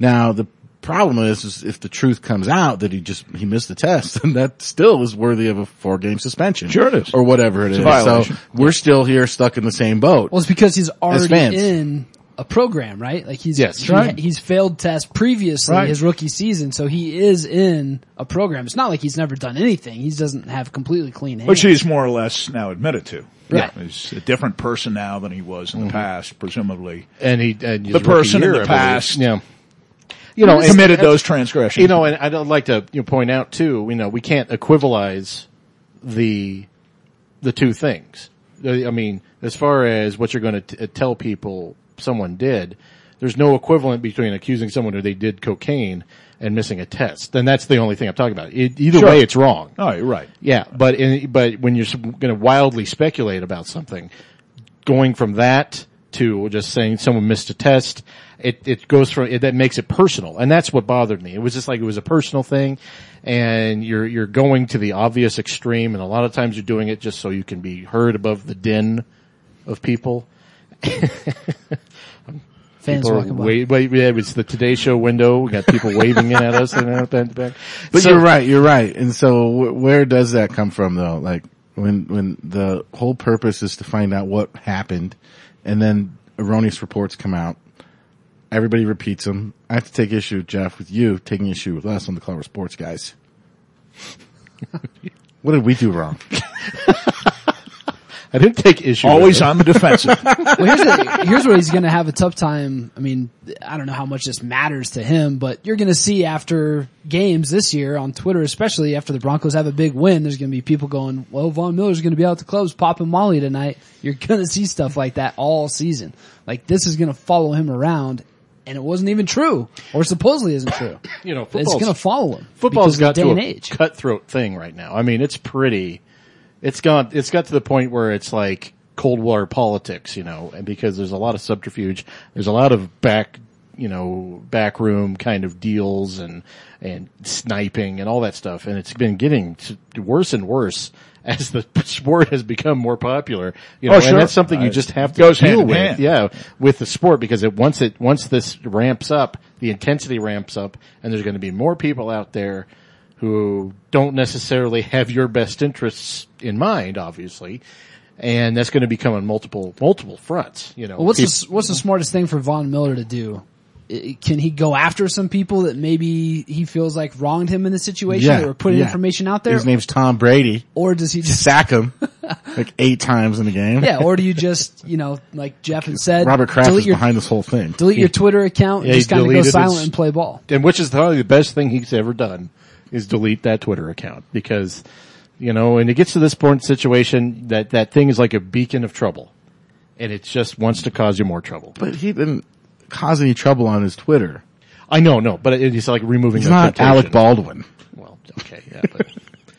A: Now the problem is, is if the truth comes out that he just he missed the test, then that still is worthy of a four game suspension,
D: Sure it is.
A: or whatever it is.
D: a
A: So
D: violation.
A: we're still here stuck in the same boat.
C: Well, it's because he's
A: fans.
C: already in a program, right? Like he's
E: Yes.
C: he-
E: Right.
C: he's failed tests previously
E: Right.
C: his rookie season, so he is in a program. It's not like he's never done anything. He doesn't have completely clean hands.
D: Which he's more or less now admitted to.
C: Right.
D: He's a different person now than he was in the past, presumably.
E: and he and his
D: The
E: rookie
D: person in
E: year,
D: the
E: I believe.
D: past.
E: Yeah. You know, Oh, and-
D: committed those transgressions.
E: You know, and I'd like to you know, point out too. You know, we can't equivalize the the two things. Uh, I I mean, as far as what you're going to tell people someone did, there's no equivalent between accusing someone who they did cocaine and missing a test. And that's the only thing I'm talking about. It, either
D: Sure.
E: way, it's wrong.
D: Oh, you're right.
E: Yeah, but in, but when you're going to wildly speculate about something, going from that to just saying someone missed a test, it it goes from it, that makes it personal, and that's what bothered me. It was just like it was a personal thing, and you're you're going to the obvious extreme, and a lot of times you're doing it just so you can be heard above the din of people.
C: fans
E: Or
C: walking by.
E: wait, wait, yeah, it was the Today Show window. We got people waving in at us and out that back.
A: But
E: So-
A: you're right. You're right. And so wh- where does that come from though? Like when, when the whole purpose is to find out what happened and then erroneous reports come out. Everybody repeats them. I have to take issue, Jeff, with you taking issue with us on the Clever Sports guys. what did we do wrong?
E: I didn't take issue.
D: Always
E: with it.
D: on the defensive.
C: Well, here's, the, here's where he's going to have a tough time. I mean, I don't know how much this matters to him, but you're going to see after games this year on Twitter, especially after the Broncos have a big win, there's going to be people going, well, Von Miller's going to be out at the clubs popping Molly tonight. You're going to see stuff like that all season. Like this is going to follow him around and it wasn't even true or supposedly isn't true.
E: You know,
C: it's
E: football's-
C: going to follow him.
E: football's
C: because
E: got
C: of the
E: to
C: day
E: a
C: and age.
E: cutthroat thing right now. I mean, it's pretty. It's gone. It's got to the point where it's like cold water politics, you know, and because there's a lot of subterfuge, there's a lot of back, you know, backroom kind of deals and and sniping and all that stuff, and it's been getting to worse and worse as the sport has become more popular. You know,
D: Oh, sure.
E: and that's something you
D: Uh,
E: just have to
D: goes hand
E: deal
D: in
E: with.
D: hand.
E: Yeah, with the sport because it once it once this ramps up, the intensity ramps up, and there's going to be more people out there who don't necessarily have your best interests in mind, obviously, and that's going to become on multiple multiple fronts. You know,
C: Well, what's
E: Peop-
C: the, what's the smartest thing for Von Miller to do? I- Can he go after some people that maybe he feels like wronged him in the situation or putting
A: yeah.
C: information out there?
A: His name's Tom Brady.
C: or does he just,
A: Sack him like eight times in the game.
C: yeah, or do you just, you know, like Jeff had said,
A: Robert Kraft
C: delete
A: is
C: your,
A: behind this whole thing.
C: delete your Twitter account and
E: Yeah, he
C: just kind of go
E: deleted his-
C: silent and play ball.
E: and which is probably the best thing he's ever done is delete that Twitter account because, you know, and it gets to this point situation that that thing is like a beacon of trouble, and it just wants to cause you more trouble.
A: But he didn't cause any trouble on his Twitter.
E: I know, no, but it- it's like removing.
A: He's
E: the
A: not
E: quotation.
A: Alec Baldwin.
E: Well, okay, yeah, but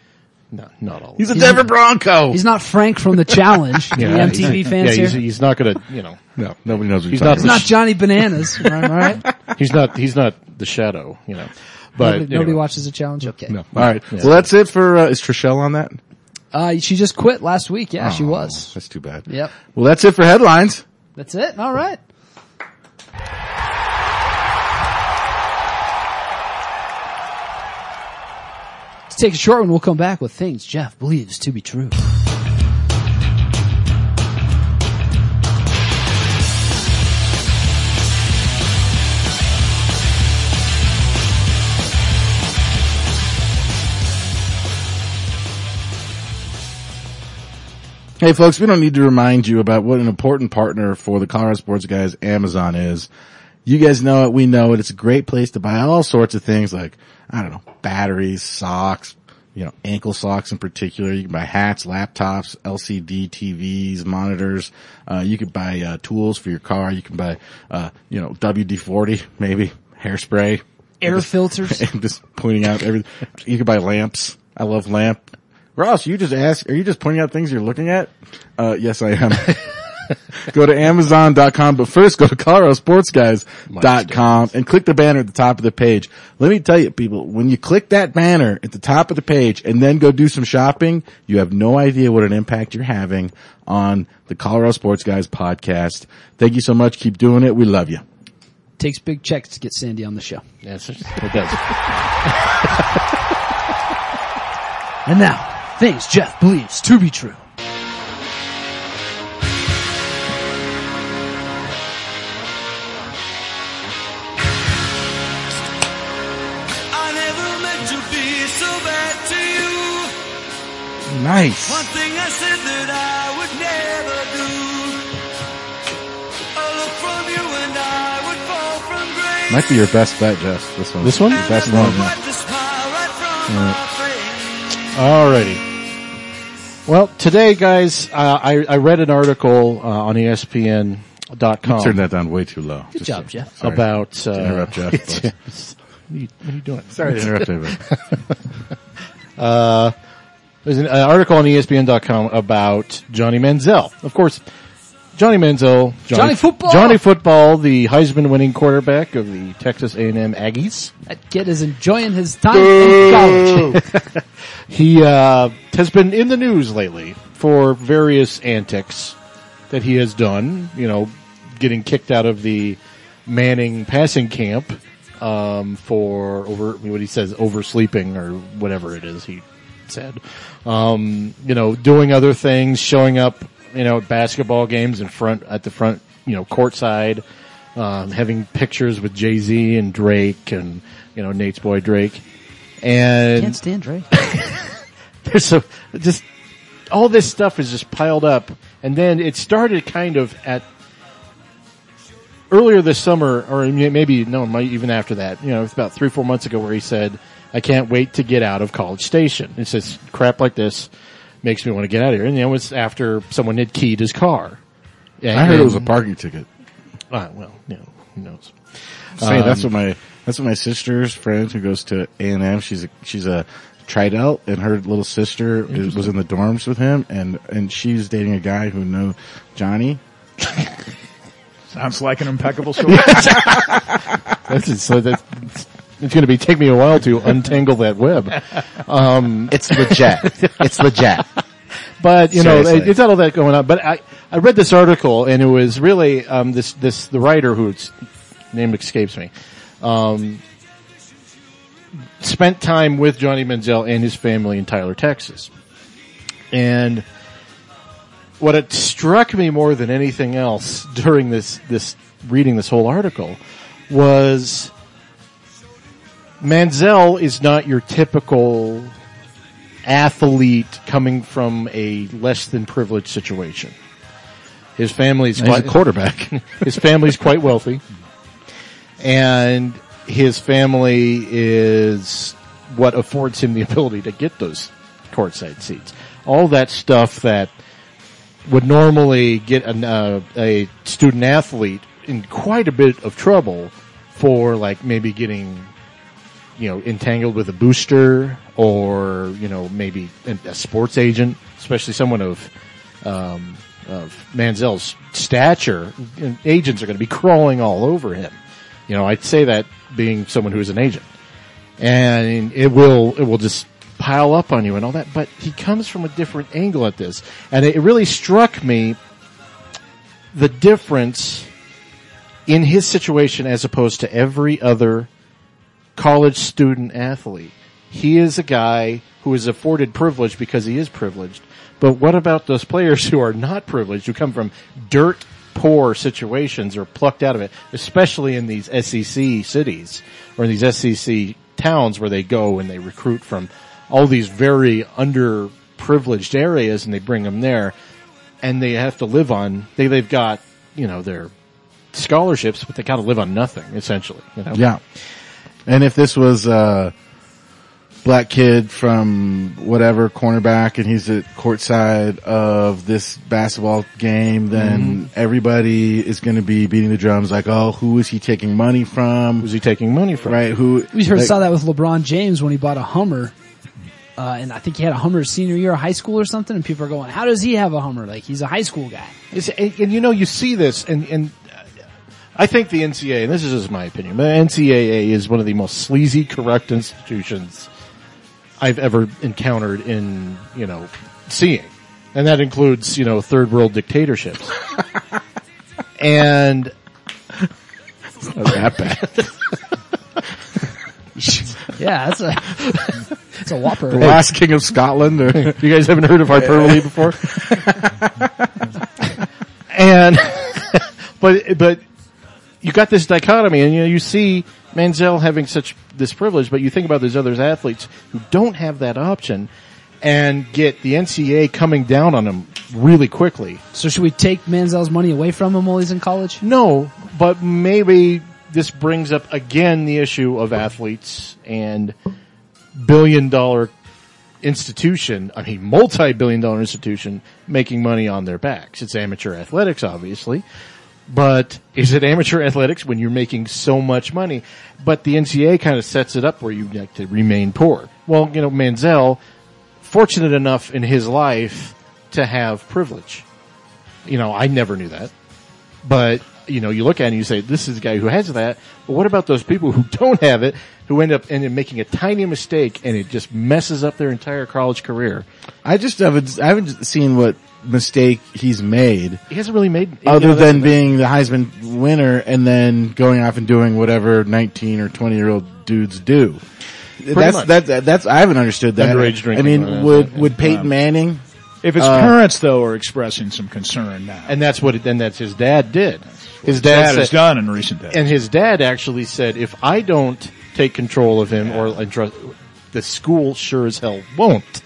E: no, not all.
A: He's a Denver Bronco.
C: He's not Frank from the challenge.
E: yeah,
C: the
E: he's-
C: MTV fans
E: yeah,
C: here.
E: he's,
C: He's,
E: he's not gonna, you know,
A: no, nobody knows what
E: He's
A: you're talking
E: not-
C: not
A: about.
C: Johnny Bananas. All right. All right?
E: he's not, he's not the shadow, you know. But
C: nobody, nobody
E: anyway.
C: watches the challenge. Okay.
A: All right.
E: Yeah.
A: Well, that's it for, uh, is Trishelle on that?
C: Uh, she just quit last week. Yeah, she
A: Oh,
C: was.
A: That's too bad.
C: Yep.
A: Well, that's it for headlines.
C: That's it. All right. Let's take a short one. We'll come back with things Jeff believes to be true.
A: Hey folks, we don't need to remind you about what an important partner for the Colorado Sports Guys Amazon is. You guys know it, we know it. It's a great place to buy all sorts of things like, I don't know, batteries, socks, you know, ankle socks in particular. You can buy hats, laptops, LCD TVs, monitors. Uh, you could buy, uh, tools for your car. You can buy, uh, you know, WD-40, maybe hairspray.
C: Air filters.
A: I'm just pointing out everything. You could buy lamps. I love lamp. Ross, you just ask, are you just pointing out things you're looking at? Uh, yes, I am. go to Amazon.com, but first go to ColoradoSportsGuys.com and click the banner at the top of the page. Let me tell you people, when you click that banner at the top of the page and then go do some shopping, you have no idea what an impact you're having on the Colorado Sports Guys podcast. Thank you so much. Keep doing it. We love you.
C: Takes big checks to get Sandy on the show.
E: Yes, it does.
C: And now, things Jeff believes to be true.
F: I never meant to be so bad to you.
A: Nice.
F: One thing I said that I would never do. A look from you and I would fall from grace.
A: Might be your best bet, Jeff. This one.
E: This one?
A: Your best
F: I
A: one.
F: never wiped the smile right from my face.
E: Alrighty. Well, today, guys, uh, I, I read an article uh, on ESPN.com
A: Turned that down way too low. Good
C: job, Jeff.
E: about uh,
A: interrupt, Jeff, but-
E: yes. What are you- what are you doing?
A: Sorry to interrupt you. but-
E: There's an, an article on E ESPN.com about Johnny Manziel. Of course, Johnny Manziel,
C: Johnny Football!
E: Johnny Football, the Heisman-winning quarterback of the Texas A&M Aggies.
C: That kid is enjoying his time in college.
E: He uh, has been in the news lately for various antics that he has done. You know, getting kicked out of the Manning passing camp um, for over what he says oversleeping or whatever it is he said. Um, you know, doing other things, showing up. You know, at basketball games in front at the front. You know, courtside, um, having pictures with Jay Z and Drake and you know Nate's boy Drake. And
C: Can't stand Dre.
E: there's so just all this stuff is just piled up, and then it started kind of at earlier this summer, or m- maybe no, mi- even after that. You know, it's about three, four months ago, where he said, "I can't wait to get out of College Station." It says crap like this makes me want to get out of here, and it was after someone had keyed his car.
A: I heard it was a parking ticket.
E: Uh, well, you know, who knows?
A: Saying that's what my that's what my sister's friend who goes to A and M. She's a, she's a tried out, and her little sister is, was in the dorms with him, and and she's dating a guy who knew Johnny.
D: Sounds like an impeccable story.
E: That's it. So that's, it's going to be take me a while to untangle that web. Um,
G: It's legit. it's legit.
E: But you know,
G: Seriously.
E: it, it's not all that going on. But I, I read this article and it was really um, this this the writer whose name escapes me, um, spent time with Johnny Manziel and his family in Tyler, Texas, and what it struck me more than anything else during this this reading this whole article was Manziel is not your typical athlete coming from a less than privileged situation. His family's
A: He's a
E: quite,
A: quarterback.
E: his family's quite wealthy, and his family is what affords him the ability to get those courtside seats. All that stuff that would normally get an, uh, a student athlete in quite a bit of trouble for like maybe getting you know entangled with a booster or you know maybe an- a sports agent, especially someone of um, of Manziel's stature, and agents are going to be crawling all over him. You know, I'd say that being someone who is an agent, and it will it will just pile up on you and all that. But he comes from a different angle at this, and it really struck me the difference in his situation as opposed to every other college student athlete. He is a guy who is afforded privilege because he is privileged. But what about those players who are not privileged, who come from dirt poor situations or plucked out of it, especially in these SEC cities or in these SEC towns where they go and they recruit from all these very underprivileged areas and they bring them there and they have to live on, they, they've got, you know, their scholarships, but they gotta live on nothing, essentially, you know?
A: Yeah. And if this was a black kid from whatever cornerback and he's at courtside of this basketball game,
E: Mm-hmm.
A: then everybody is going to be beating the drums like, oh, who is he taking money from?
E: Who's he taking money from?
A: right? Who?
C: We heard,
A: like,
C: saw that with LeBron James when he bought a Hummer. Uh, and I think he had a Hummer his senior year of high school or something, and people are going, how does he have a Hummer? Like, he's a high school guy.
E: It's, and, and you know, you see this, and and uh, I think the NCAA, and this is just my opinion, but the NCAA is one of the most sleazy, corrupt institutions I've ever encountered in you know seeing, and that includes you know third world dictatorships, and
C: Yeah, that's a, that's a whopper.
A: The last king of Scotland. Or,
E: you guys haven't heard of hyperbole before? and but but you got this dichotomy and you know you see Manziel having such this privilege, but you think about these other athletes who don't have that option and get the NCAA coming down on them really quickly.
C: So should we take Manziel's money away from him while he's in college?
E: No, but maybe this brings up again the issue of athletes and billion dollar institution, I mean multi billion dollar institution making money on their backs. It's amateur athletics obviously. But is it amateur athletics when you're making so much money? But the NCAA kind of sets it up where you like to remain poor. Well, you know, Manziel, fortunate enough in his life to have privilege. You know, I never knew that. But you know, you look at it and you say, "This is a guy who has that." But what about those people who don't have it, who end up end up making a tiny mistake and it just messes up their entire college career?
A: I just haven't, I haven't seen what mistake he's made
E: He hasn't really made
A: other
E: you know, that's
A: than
E: the thing.
A: being the Heisman winner and then going off and doing whatever 19 or 20 year old dudes do. That's,
E: much.
A: that, that, that's, I haven't understood that.
E: Underage drinking,
A: I mean,
E: uh,
A: would,
E: yeah.
A: would Peyton Manning,
D: if his
A: Uh,
D: parents though are expressing some concern now,
E: and that's what it, and that's his dad did. His
D: that
E: dad,
D: is
E: said,
D: done in recent days.
E: and his dad actually said, "If I don't take control of him or entrust, the school sure as hell won't."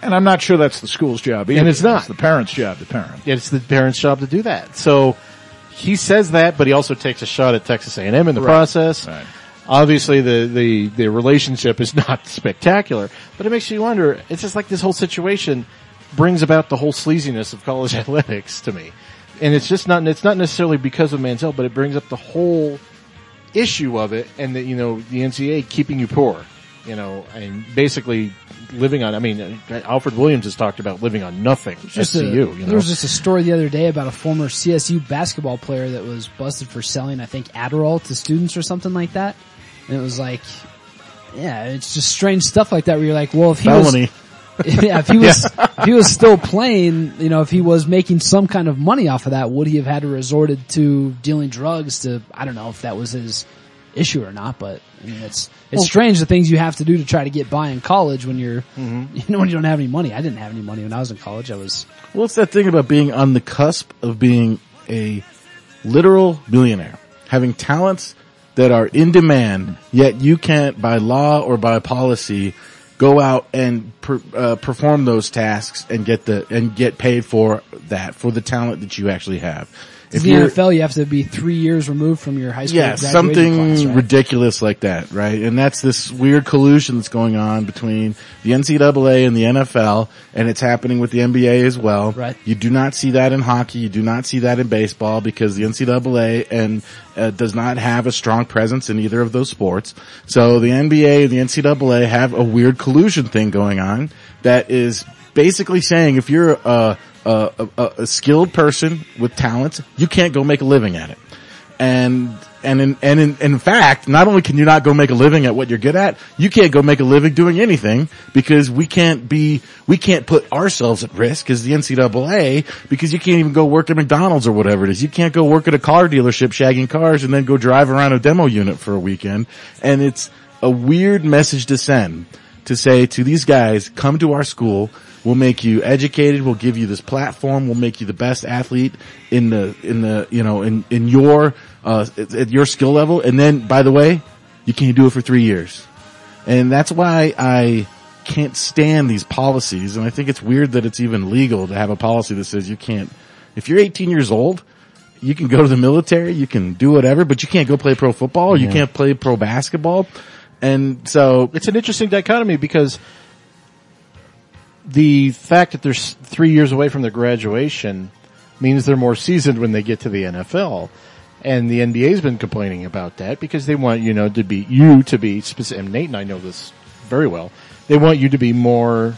D: And I'm not sure that's the school's job either.
E: And it's not.
D: the parents' job to parent.
E: It's the parents' job to do that. So he says that, but he also takes a shot at Texas A&M in the
D: Right.
E: process.
D: Right.
E: Obviously, the, the, the relationship is not spectacular, but it makes you wonder. It's just like this whole situation brings about the whole sleaziness of college athletics to me. And it's just not, it's not necessarily because of Manziel, but it brings up the whole issue of it and that, you know, the NCAA keeping you poor, you know, and basically living on, I mean, Alfred Williams has talked about living on nothing.
C: Just
E: SCU,
C: a-
E: you know?
C: There was just a story the other day about a former CSU basketball player that was busted for selling, I think, Adderall to students or something like that. And it was like, yeah, it's just strange stuff like that where you're like, well, if he
A: Felony.
C: was, yeah, if he was, if he was still playing, you know, if he was making some kind of money off of that, would he have had to resorted to dealing drugs to, I don't know if that was his issue or not, but I mean, it's, it's strange the things you have to do to try to get by in college when you're,
E: Mm-hmm.
C: you know, when you don't have any money. I didn't have any money when I was in college. I was,
A: Well, it's that thing about being on the cusp of being a literal millionaire, having talents that are in demand, yet you can't by law or by policy go out and per, uh, perform those tasks and get the and get paid for that for the talent that you actually have. If
C: the
A: you're-
C: NFL, you have to be three years removed from your high school.
A: yeah,
C: graduating
A: something
C: class, right?
A: ridiculous like that, right? And that's this weird collusion that's going on between the NCAA and the NFL, and it's happening with the NBA as well.
C: Right.
A: You do not see that in hockey. You do not see that in baseball because the NCAA and uh, does not have a strong presence in either of those sports. So the NBA and the NCAA have a weird collusion thing going on that is basically saying if you're a a, a, a skilled person with talents, you can't go make a living at it and and in, and in, in fact, not only can you not go make a living at what you're good at, you can't go make a living doing anything because we can't be we can't put ourselves at risk as the NCAA because you can't even go work at McDonald's or whatever it is. You can't go work at a car dealership shagging cars and then go drive around a demo unit for a weekend. And it's a weird message to send to say to these guys, come to our school. We'll make you educated. We'll give you this platform. We'll make you the best athlete in the, in the, you know, in, in your, uh, at, at your skill level. And then, by the way, you can't do it for three years. And that's why I can't stand these policies. And I think it's weird that it's even legal to have a policy that says you can't, if you're 18 years old, you can go to the military, you can do whatever, but you can't go play pro football, you can't play pro basketball. And so
E: it's an interesting dichotomy because the fact that they're s- three years away from their graduation means they're more seasoned when they get to the NFL. And the NBA's been complaining about that because they want, you know, to be, you to be specific, and Nate and I know this very well. They want you to be more,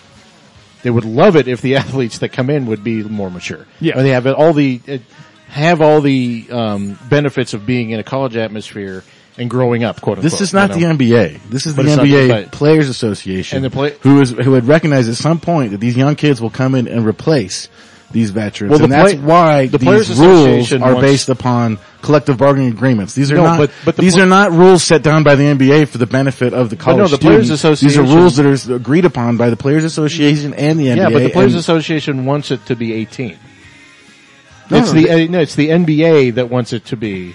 E: they would love it if the athletes that come in would be more mature.
D: Yeah.
E: Or they have all the, it- have all the, um, benefits of being in a college atmosphere and growing up, quote unquote.
A: This is not
E: you know?
A: the NBA. This is
E: But
A: the
E: it's not-
A: NBA
E: but-
A: Players Association,
E: And the play-
A: who is who had recognized at some point that these young kids will come in and replace these veterans.
E: Well, the
A: and that's
E: play-
A: why
E: the Players
A: these rules
E: Association
A: are
E: wants-
A: based upon collective bargaining agreements. These are
E: No,
A: not
E: but- but the
A: these
E: pl-
A: are not rules set down by the NBA for the benefit of the college
E: no, the Players
A: student. These are
E: Association-
A: rules that are agreed upon by the Players Association and the NBA.
E: Yeah, but the Players
A: and-
E: Association wants it to be 18.
A: No,
E: it's the uh, no, it's the NBA that wants it to be.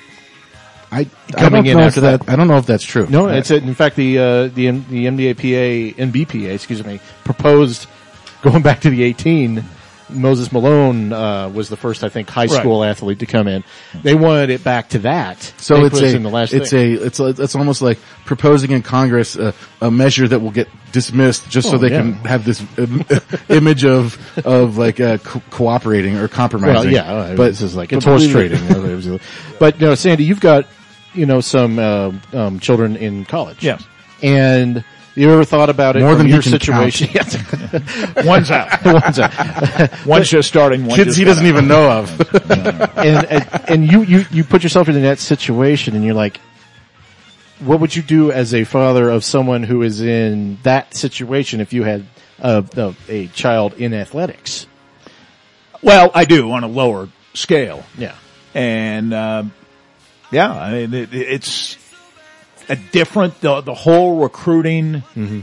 A: I, I
E: coming
A: don't
E: in
A: know if
E: after
A: that. I don't know if that's true.
E: No, it's it. In fact, the uh, the M- the NBAPA NBPA, excuse me, proposed going back to the 18. Moses Malone uh, was the first, I think, high school athlete to come in. They wanted it back to that.
A: So
E: They
A: it's
E: put us
A: a,
E: in the last
A: it's
E: thing.
A: a, it's a, it's almost like proposing in Congress a, a measure that will get dismissed just so
E: Oh,
A: they
E: yeah.
A: can have this um, image of, of like, uh, co- cooperating or compromising.
E: Well, yeah, uh,
A: but
E: this is like
A: but
E: it's horse
A: believe it-
E: trading. but no, Sandy, you've got you know some uh, um, children in college.
D: Yes.
E: and you ever thought about it
A: More
E: from
A: than you
E: your
A: can
E: situation? Yes.
D: One's out.
E: One's a-
D: One's just starting. One
A: Kids
D: just
A: he
D: got
A: doesn't
D: out.
A: even know of.
E: and and, and you, you you put yourself in that situation, and you're like, what would you do as a father of someone who is in that situation if you had a, a, a child in athletics?
D: Well, I do on a lower scale,
E: Yeah.
D: and um, yeah, I mean it, it's a different the, the whole recruiting
E: Mm-hmm.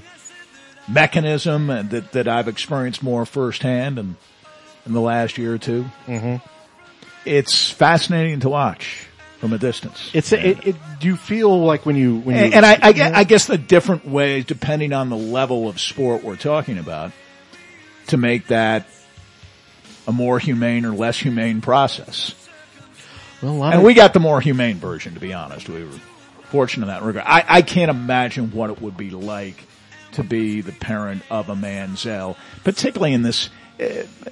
D: mechanism and that that I've experienced more firsthand and in the last year or 2 Mm-hmm. It's fascinating to watch from a distance.
E: It's a, it, it, do you feel like when you when you
D: and, and I, I, gue- I guess the different ways, depending on the level of sport we're talking about, to make that a more humane or less humane process.
E: Well, a lot
D: And
E: of-
D: we got the more humane version, to be honest. We were fortunate in that regard. I, I can't imagine what it would be like to be the parent of a Manziel, particularly in this uh,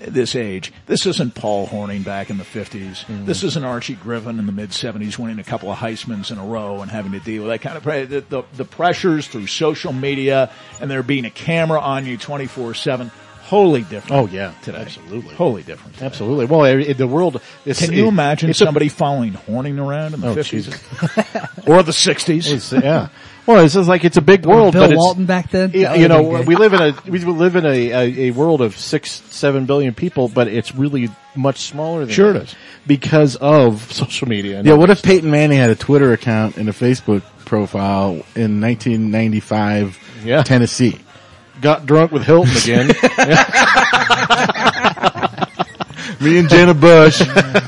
D: this age. This isn't Paul Horning back in the 50s.
E: Mm.
D: This isn't Archie Griffin in the mid 70s winning a couple of Heisman's in a row and having to deal with that kind of pre- the, the, the pressures through social media and there being a camera on you 24-7. Wholly different.
E: Oh, yeah.
D: Today.
E: Absolutely.
D: Wholly different. today.
E: absolutely. Well, it, it- the world. It's,
D: Can you
E: it-
D: imagine
E: it's a-
D: somebody following Horning around in the
E: Oh,
D: 50s or the 60s?
E: it's- yeah. Well, it's just like it's a big world,
C: Bill
E: but it's,
C: Walton back then.
E: Yeah,
C: That
E: you
C: would've
E: know,
C: been good.
E: we live in a we live in a, a, a world of six, seven billion people, but it's really much smaller than
D: Sure it
E: that
D: is.
E: because of social media. and
A: Yeah, what if Peyton Manning had a Twitter account and a Facebook profile in 1995
E: Yeah.
A: Tennessee?
E: got drunk with Hilton again.
A: Me and Jenna Bush, but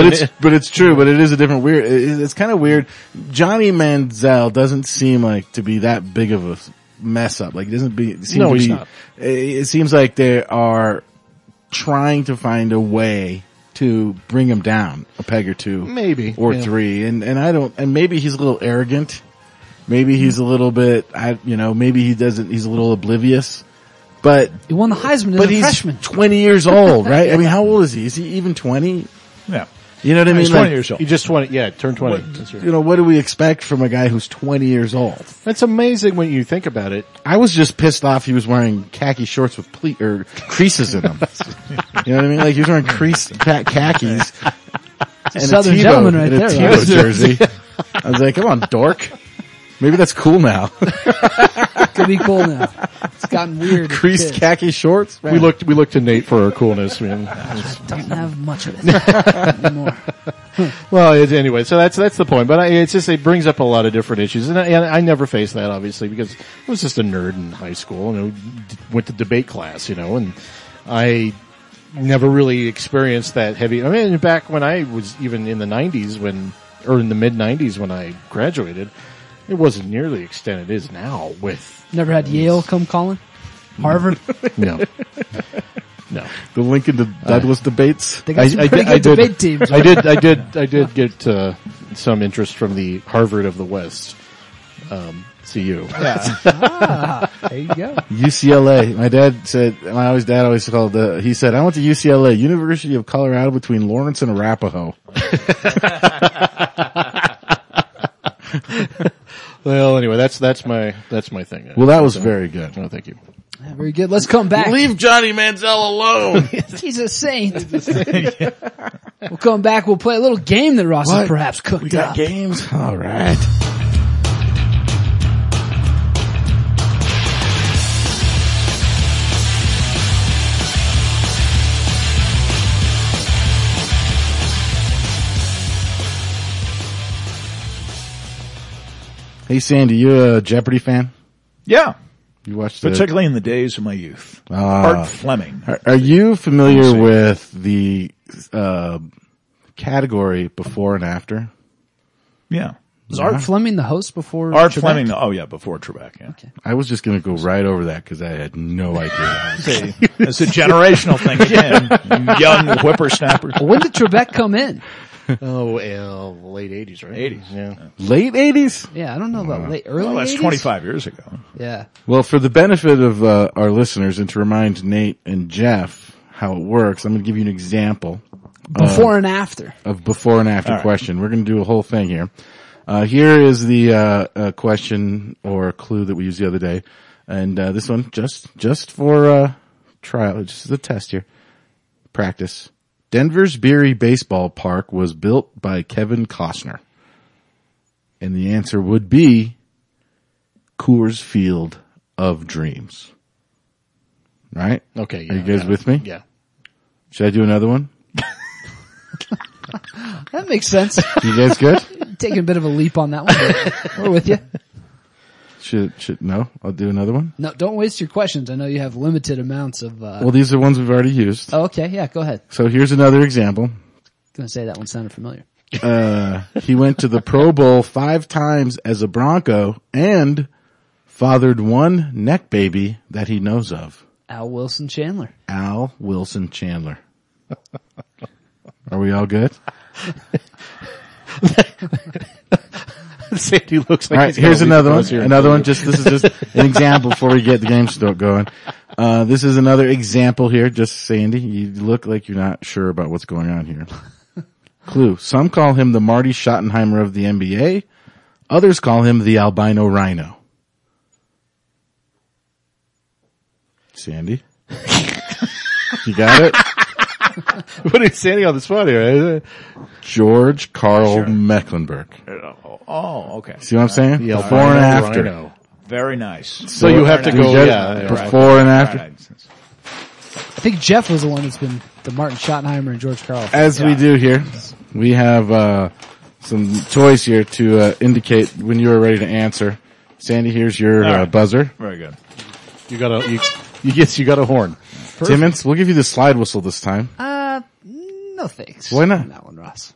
A: it's but it's true. But it is a different weird. It, it's kind of weird. Johnny Manziel doesn't seem like to be that big of a mess up. Like it doesn't be. Seem
E: No,
A: to
E: he's
A: be- eh,
E: not.
A: It, it seems like they are trying to find a way to bring him down a peg or two,
E: Maybe,
A: or
E: yeah.
A: three. And and I don't. And maybe he's a little arrogant. Maybe he's a little bit. I you know. Maybe he doesn't. He's a little oblivious. But
C: he won the Heisman as
A: but
C: a
A: he's
C: freshman.
A: 20 years old, right? I mean, how old is he? Is he even 20?
D: Yeah.
A: You know what I mean?
D: He's 20
A: Like,
D: years old.
E: you just twenty, yeah, turned twenty. this year.
A: You know, what do we expect from a guy who's 20 years old?
E: That's amazing when you think about it.
A: I was just pissed off he was wearing khaki shorts with ple- or creases in them. you know what I mean? Like he was wearing crease ca- khakis and
C: Southern
A: a Tebow,
C: gentleman right
A: and a
C: there,
A: Tebow
C: right?
A: jersey. I was like, come on, dork. Maybe that's cool now.
C: Could be cool now. It's gotten weird.
A: Creased
C: cat
A: khaki shorts.
E: We looked we looked to Nate for our coolness. man.
C: doesn't have much of it anymore.
E: Well, it, anyway, so that's that's the point. But I, it's just it brings up a lot of different issues, and I, and I never faced that obviously because I was just a nerd in high school and I d- went to debate class, you know, and I never really experienced that heavy. I mean, back when I was even in the '90s, when or in the mid '90s when I graduated, it wasn't nearly the extent it is now. With
C: Never had Yale come calling. Harvard.
E: no, no. Uh,
A: The Lincoln to Douglas debates.
C: They got some pretty
E: I
C: good debate teams.
E: I did, I did, I did get uh, some interest from the Harvard of the West. Um,
C: There
E: CU.
C: you go.
A: UCLA. My dad said, my always dad always called, uh, he said, I went to UCLA, University of Colorado between Lawrence and Arapahoe.
E: Well, anyway, that's that's my that's my thing.
A: Well, that was very good.
E: no, thank you.
C: Yeah, Very good. Let's come back.
A: Leave Johnny Manziel alone.
C: He's a saint. we'll come back. We'll play a little game that Ross has perhaps cooked up.
A: games. All right. Hey Sandy, you a Jeopardy fan?
D: Yeah.
A: You watched the
D: Particularly in the days of my youth. Art Fleming.
A: Are, are you familiar with the uh, category before and after?
D: Yeah.
C: Was
A: Uh-huh.
C: Art Fleming the host before?
D: Art
C: Trebek?
D: Fleming. Oh yeah, before Trebek. Yeah.
A: I was just going to go right over that because I had no idea.
D: See, it's a generational thing again. Young whippersnapper.
C: When did Trebek come in?
E: Oh, well, late eighties, right?
D: 80s.
E: Yeah.
A: Late 80s?
C: Yeah, I don't know
A: Uh-huh.
C: about late early.
A: Oh,
D: Well, that's
C: 80s?
D: 25 years ago.
C: Yeah.
A: Well, for the benefit of uh, our listeners and to remind Nate and Jeff how it works, I'm going to give you an example Uh-huh.
C: Before and after.
A: of before and after question. We're going to do a whole thing here. Uh, here is the uh, uh, question or clue that we used the other day, and uh, this one just just for uh, trial, just as a test here, practice. Denver's Beery Baseball Park was built by Kevin Costner, and the answer would be Coors Field of Dreams. Right?
E: Okay.
A: Are you
E: yeah,
A: guys
E: yeah.
A: with me?
E: Yeah.
A: Should I do another one?
C: That makes sense.
A: You guys good?
C: Taking a bit of a leap on that one. but We're with you.
A: should should no? I'll do another one.
C: No, don't waste your questions. I know you have limited amounts of. Uh,
A: Well, these are ones we've already used.
C: oh, okay. Yeah, go ahead.
A: So here's another example.
C: Gonna say that one sounded familiar.
A: He went to the Pro Bowl five times as a Bronco and fathered one neck baby that he knows of.
C: Al Wilson Chandler.
A: Al Wilson Chandler. Are we all good?
E: Sandy looks
A: All
E: like
A: right,
E: he's gonna
A: here's
E: leave
A: another
E: the
A: one.
E: bus here.
A: Another one. Just this is just an example before we get the game start going. Uh, this is another example here. Just Sandy, you look like you're not sure about what's going on here. Clue: Some call him the Marty Schottenheimer of the NBA. Others call him the albino rhino. Sandy, you got it.
E: Putting Sandy on the spot here.
A: George Carl Mecklenburg.
D: Oh, okay.
A: See what I'm saying?
E: Uh, The
A: Before
E: albino
A: and after.
E: rhino.
D: Very nice.
E: So you have to
A: We
E: go.
A: get it?
E: Yeah, yeah.
A: before and after.
D: All right.
C: I think Jeff was the one that's been the Martin Schottenheimer and George Carl.
A: as we do here, we have uh, some toys here to uh, indicate when you are ready to answer. Sandy, here's your
D: All
A: uh,
D: right.
A: buzzer.
D: Very good.
E: You got a. You, you yes, you got a horn.
A: Timmons, we'll give you the slide whistle this time.
C: Uh, no thanks.
A: Why not?
C: On that one, Ross.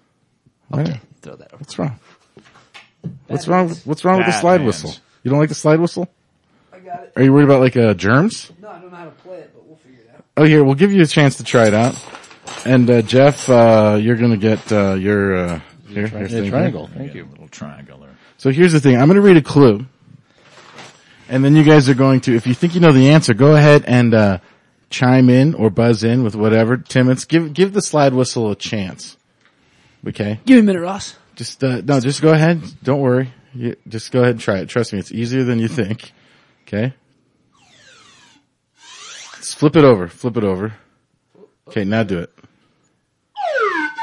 A: Why not?
C: Throw that over.
A: What's wrong? What's wrong? With, what's wrong with the
D: Bad
A: slide
D: hands.
A: whistle? You don't like the slide whistle?
C: I got it.
A: Are you worried about like uh, germs?
C: No, I don't know how to play it, but we'll figure it out.
A: Oh, here we'll give you a chance to try it out. And uh, Jeff, uh, you're gonna get uh, your uh, your, your thing here.
E: triangle. Thank
D: Get a little triangle there.
A: So here's the thing. I'm going to read a clue. And then you guys are going to, if you think you know the answer, go ahead and, uh, chime in or buzz in with whatever. Timmons, give, give the slide whistle a chance. Okay.
C: Give me a minute, Ross.
A: Just, uh, no, just go ahead. Don't worry. You, just go ahead and try it. Trust me. It's easier than you think. Okay. Let's flip it over. Flip it over. Okay. Now do it.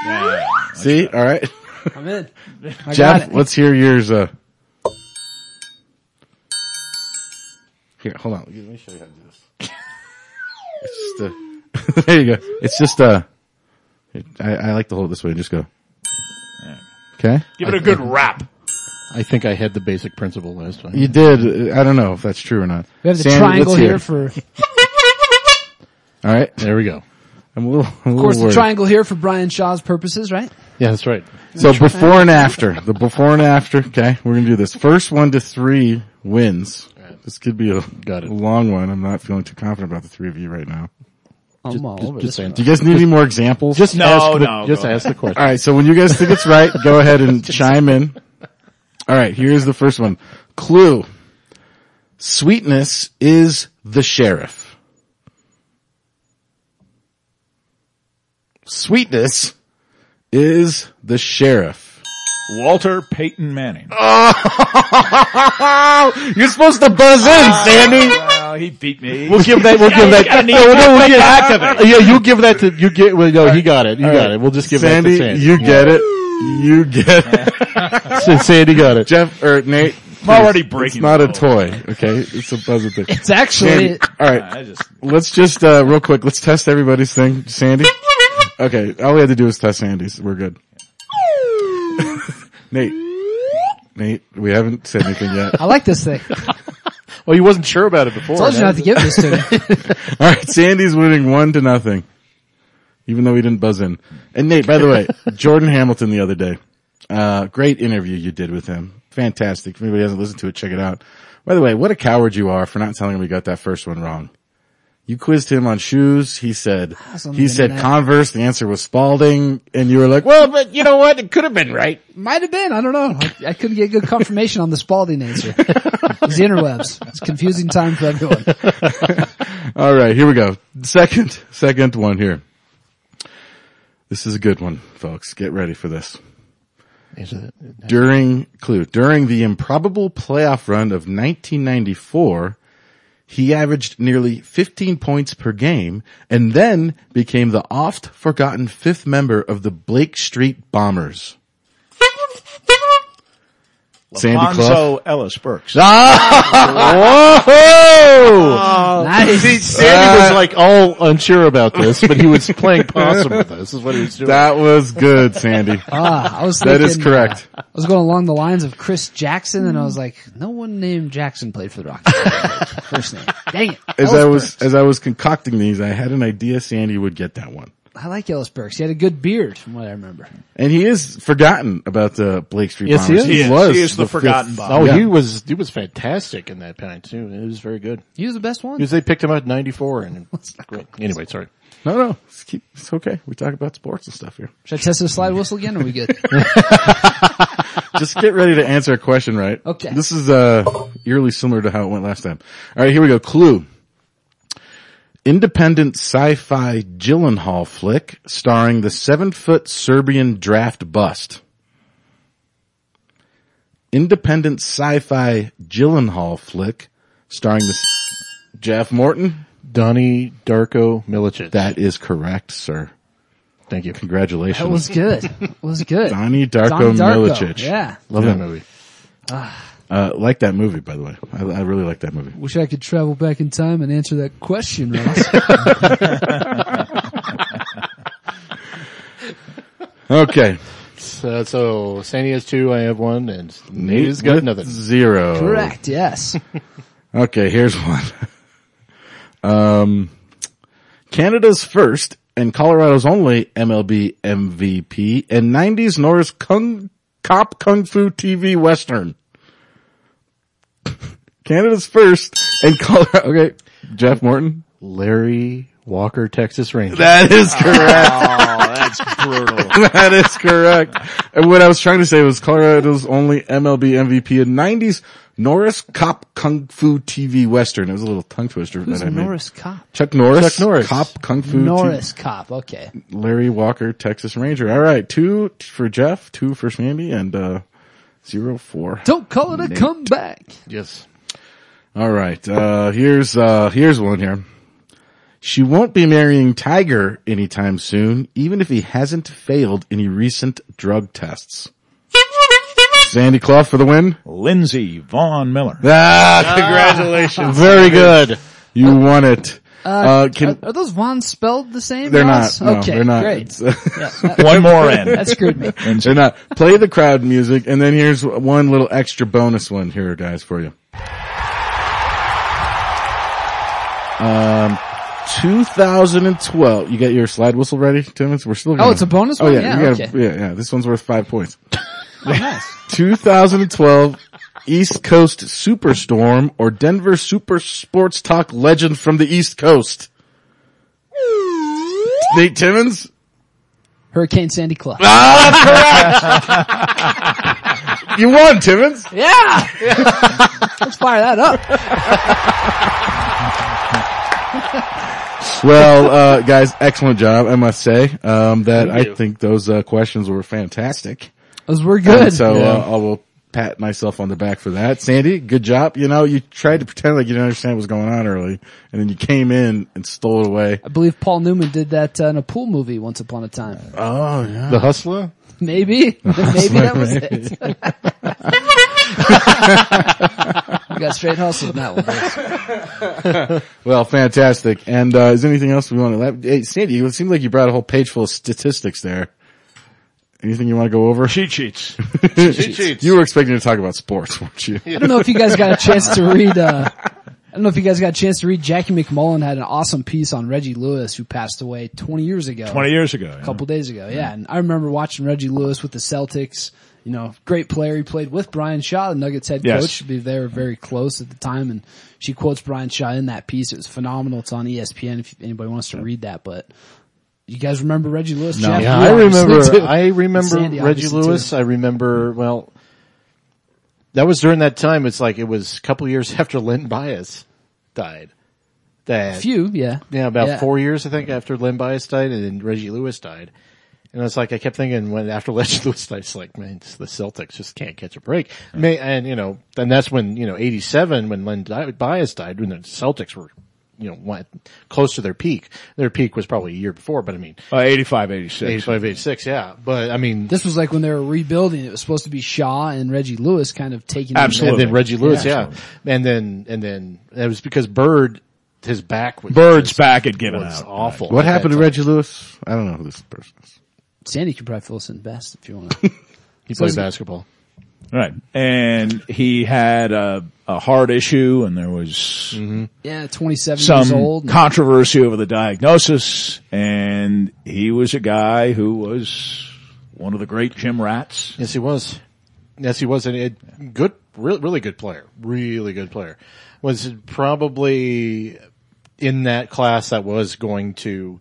D: Yeah.
A: See? All right.
C: I'm in. I got
A: Jeff,
C: it.
A: let's hear yours. Uh... Here, hold on. Let me show you how to do this. it's just a. there you go. It's just a. It, I, I like to hold it this way. Just go. Okay.
D: Give it a good rap.
E: I think I had the basic principle last time.
A: You did. I don't know if that's true or not.
C: We have the
A: Sandy,
C: triangle
A: let's
C: here
A: hear.
C: for, of
A: All right.
E: There we go.
A: I'm a little. I'm a
C: course,
A: little
C: the
A: worried.
C: triangle here for Brian Shaw's purposes, right?
E: Yeah, that's right.
A: So before and after, the before and after. Okay, we're gonna do this. First one to three wins. This could be a,
E: Got it.
A: a long one. I'm not feeling too confident about the three of you right now.
C: I'm all over
E: Just
C: this.
E: saying.
A: Do you guys need any more examples? Just
D: No,
E: ask the,
D: no,
E: Just
D: go
E: ask the question.
A: All right, so when you guys think it's right, go ahead and chime in. All right, here's the first one. Clue. Sweetness is the sheriff. Sweetness is the sheriff.
D: Walter Peyton Manning.
A: You're supposed to buzz in, Sandy.
D: Well, Uh, he beat me.
A: We'll give that. We'll give that. no, no, we'll give-
E: Yeah, you give that to you. Get well, no, he got it. You
A: All
E: got
A: right.
E: it. We'll just give
A: Sandy,
E: that to Sandy.
A: you get it. You get it.
E: Since Sandy got it.
A: Jeff or Nate.
D: I'm already
A: It's
D: breaking.
A: not
D: the
A: a
D: law.
A: toy. Okay, it's a buzzer thing.
C: It's actually,
A: Sandy, all right,
D: I just
A: let's just uh, real quick. Let's test everybody's thing, Sandy. Okay, all we had to do was test Sandy's. We're good. Nate, Nate, we haven't said anything yet.
C: I like this thing.
E: Well, you Oh, wasn't sure about it before.
C: told you not to give this to me.
A: All right, Sandy's winning one to nothing, even though he didn't buzz in. And Nate, by the way, Jordan Hamilton the other day, uh, great interview you did with him. Fantastic. If anybody hasn't listened to it, check it out. By the way, what a coward you are for not telling him we got that first one wrong. You quizzed him on shoes. He said,
C: was on the
A: he said
C: internet.
A: Converse. The answer was Spalding. And you were like, well, but you know what? It could have been right.
C: Might have been. I don't know. I, I couldn't get good confirmation on the Spalding answer. It was the interwebs. It's a confusing time for everyone.
A: All right, here we go. Second, second one here. This is a good one, folks. Get ready for this. During clue, during the improbable playoff run of 1994, he averaged nearly 15 points per game and then became the oft forgotten fifth member of the Blake Street Bombers. Sandy Clough.
D: Alonzo Ellis Burks.
E: Oh!
A: Oh,
C: Nice.
E: Sandy was
D: uh,
E: like all unsure about this, but he was playing possum with us. Is what he was doing.
A: That was good, Sandy.
C: Ah, I was
A: That is
C: thinking, uh,
A: correct.
C: I was going along the lines of Chris Jackson and I was like, no one named Jackson played for the Rockets. First name. Dang it.
A: as I was as I was concocting these, I had an idea Sandy would get that one.
C: I like Ellis Burks. He had a good beard, from what I remember.
A: And he is forgotten about the Blake Street
E: Yes, he
A: Bombers.
E: is. He
D: is.
A: was.
D: He is the forgotten
A: fifth-
D: Bomber.
E: Oh,
A: yeah.
E: he was he was fantastic in that pint too. It was very good
C: He was the best one.
E: because they picked him out in '94 and great. Anyway, sorry.
A: No, no. It's, keep, it's okay. We talk about sports and stuff here.
C: Should I test the slide whistle again? Or are we good?
A: Just get ready to answer a question, right?
C: Okay.
A: This is uh eerily similar to how it went last time. All right, here we go. Clue. Independent sci-fi Gyllenhaal flick starring the seven-foot Serbian draft bust. Independent sci-fi Gyllenhaal flick starring the Jeff Morton.
E: Donnie Darko Milicic.
A: That is correct, sir.
E: Thank you.
A: Congratulations.
C: That was good. It was good.
A: Donnie Darko
C: Donnie
A: Milicic.
C: Yeah.
E: Love
A: Yeah.
E: that movie.
A: Uh, like that movie, by the way. I, I really like that movie.
C: Wish I could travel back in time and answer that question, Ross.
A: Okay.
E: So, so Sandy has two. I have one, and Nate has got
A: with
E: nothing.
A: Zero.
C: Correct. Yes.
A: Okay, here's one. um, Canada's first and Colorado's only MLB MVP and 90s Norris Kung, Cop Kung Fu TV Western. Canada's first and Colorado. Okay, Jeff Morton.
E: Larry Walker, Texas Ranger.
A: That is correct.
D: that's brutal.
A: that is correct. And what I was trying to say was Colorado's only MLB MVP in 90s Norris Cop Kung Fu TV Western. It was a little tongue twister
C: Who's
A: that I made.
C: Norris Cop?
A: Chuck Norris.
E: Chuck Norris.
A: Cop, Kung Fu.
C: Norris Cop. Okay.
A: T- Larry Walker, Texas Ranger. All right. Two t- for Jeff, two for Sandy, and, uh, zero for.
C: Don't call it a comeback.
E: Yes.
A: All right. Uh, here's, uh, here's one here. She won't be marrying Tiger anytime soon, even if he hasn't failed any recent drug tests. Sandy Clough for the win.
D: Lindsay Vaughn Miller.
A: Ah, congratulations. Very good. You won it. Uh,
C: Are,
A: can,
C: are those wands spelled the same?
A: they're not.
C: Ross?
A: No,
C: okay.
A: they're not.
C: Great.
A: It's- uh,
D: One more in.
C: That screwed me.
A: They're not. Play the crowd music, and then here's one little extra bonus one here, guys, for you. Um, 2012. You got your slide whistle ready, Timmons? We're still. Gonna,
C: it's a bonus
A: Oh
C: one?
A: yeah,
C: Yeah,
A: you gotta-
C: okay.
A: yeah, yeah. This one's worth five points. 2012 East Coast Superstorm or Denver Super Sports Talk legend from the East Coast. Nate Timmons.
C: Hurricane Sandy Club.
A: Ah! You won, Timmons.
C: Yeah. Let's fire that up.
A: Well, uh, guys, excellent job, I must say. Um, that
E: Thank
A: I
E: you.
A: think those uh, questions were fantastic.
C: Those were
A: And
C: good.
A: so uh, I will pat myself on the back for that. Sandy, good job. You know, you tried to pretend like you didn't understand what was going on early, and then you came in and stole it away.
C: I believe Paul Newman did that uh, in a pool movie once upon a time.
A: Oh yeah.
E: The Hustler.
C: Maybe. Maybe that was it. you got straight hustled in that one. Bruce.
A: Well, fantastic. And uh, is there anything else we want to? Lab- hey, Sandy, it seemed like you brought a whole page full of statistics there. Anything you want to go over?
D: Cheat sheets.
A: You were expecting to talk about sports, weren't you?
C: I don't know if you guys got a chance to read, uh, I don't know if you guys got a chance to read Jackie McMullen had an awesome piece on Reggie Lewis who passed away 20 years ago.
D: 20 years Mm-hmm. ago. yeah.
C: couple days ago. Yeah, and I remember watching Reggie Lewis with the Celtics. You know, great player. He played with Brian Shaw, the Nuggets head
D: Yes.
C: coach. They were very close at the time, and she quotes Brian Shaw in that piece. It was phenomenal. It's on E ESPN if anybody wants to read that. But you guys remember Reggie Lewis? Jeff,
E: Yeah,
C: You
E: I
C: obviously
E: remember.
C: do.
E: I remember
C: Sandy,
E: Reggie
C: obviously, too.
E: Lewis. I remember. Well, that was during that time. It's like it was a couple years after Lynn Bias died. That
C: A few, yeah,
E: yeah, about
C: Yeah.
E: four years I think after Lynn Bias died and then Reggie Lewis died. And it's like I kept thinking when after Reggie Lewis died, it's like man, it's the Celtics just can't catch a break. May, and you know, and that's when you know '87 when Lynn Di- Bias died, when the Celtics were you know went close to their peak. Their peak was probably a year before, but I mean,
D: Uh, 85, 86.
E: 85, 86, yeah. But I mean,
C: This was like when they were rebuilding. It was supposed to be Shaw and Reggie Lewis kind of taking
D: Absolutely.
E: and then Reggie Lewis,
D: Yeah.
E: yeah. And then, and then it was because Bird, his back was,
D: Bird's back had given
E: was
D: out.
E: awful.
A: What
E: at that
A: happened to
E: time.
A: Reggie Lewis? I don't know who this person is.
C: Sandy could probably fill us in best if you want. to.
E: He
C: So
E: played
C: it's-
E: basketball.
D: Right. And he had a, a heart issue and there was
C: Yeah, 27 years
D: some
C: old.
D: controversy over the diagnosis and he was a guy who was one of the great gym rats.
E: Yes, he was. Yes, he was. And it, good, really, really good player. Really good player. Was probably in that class that was going to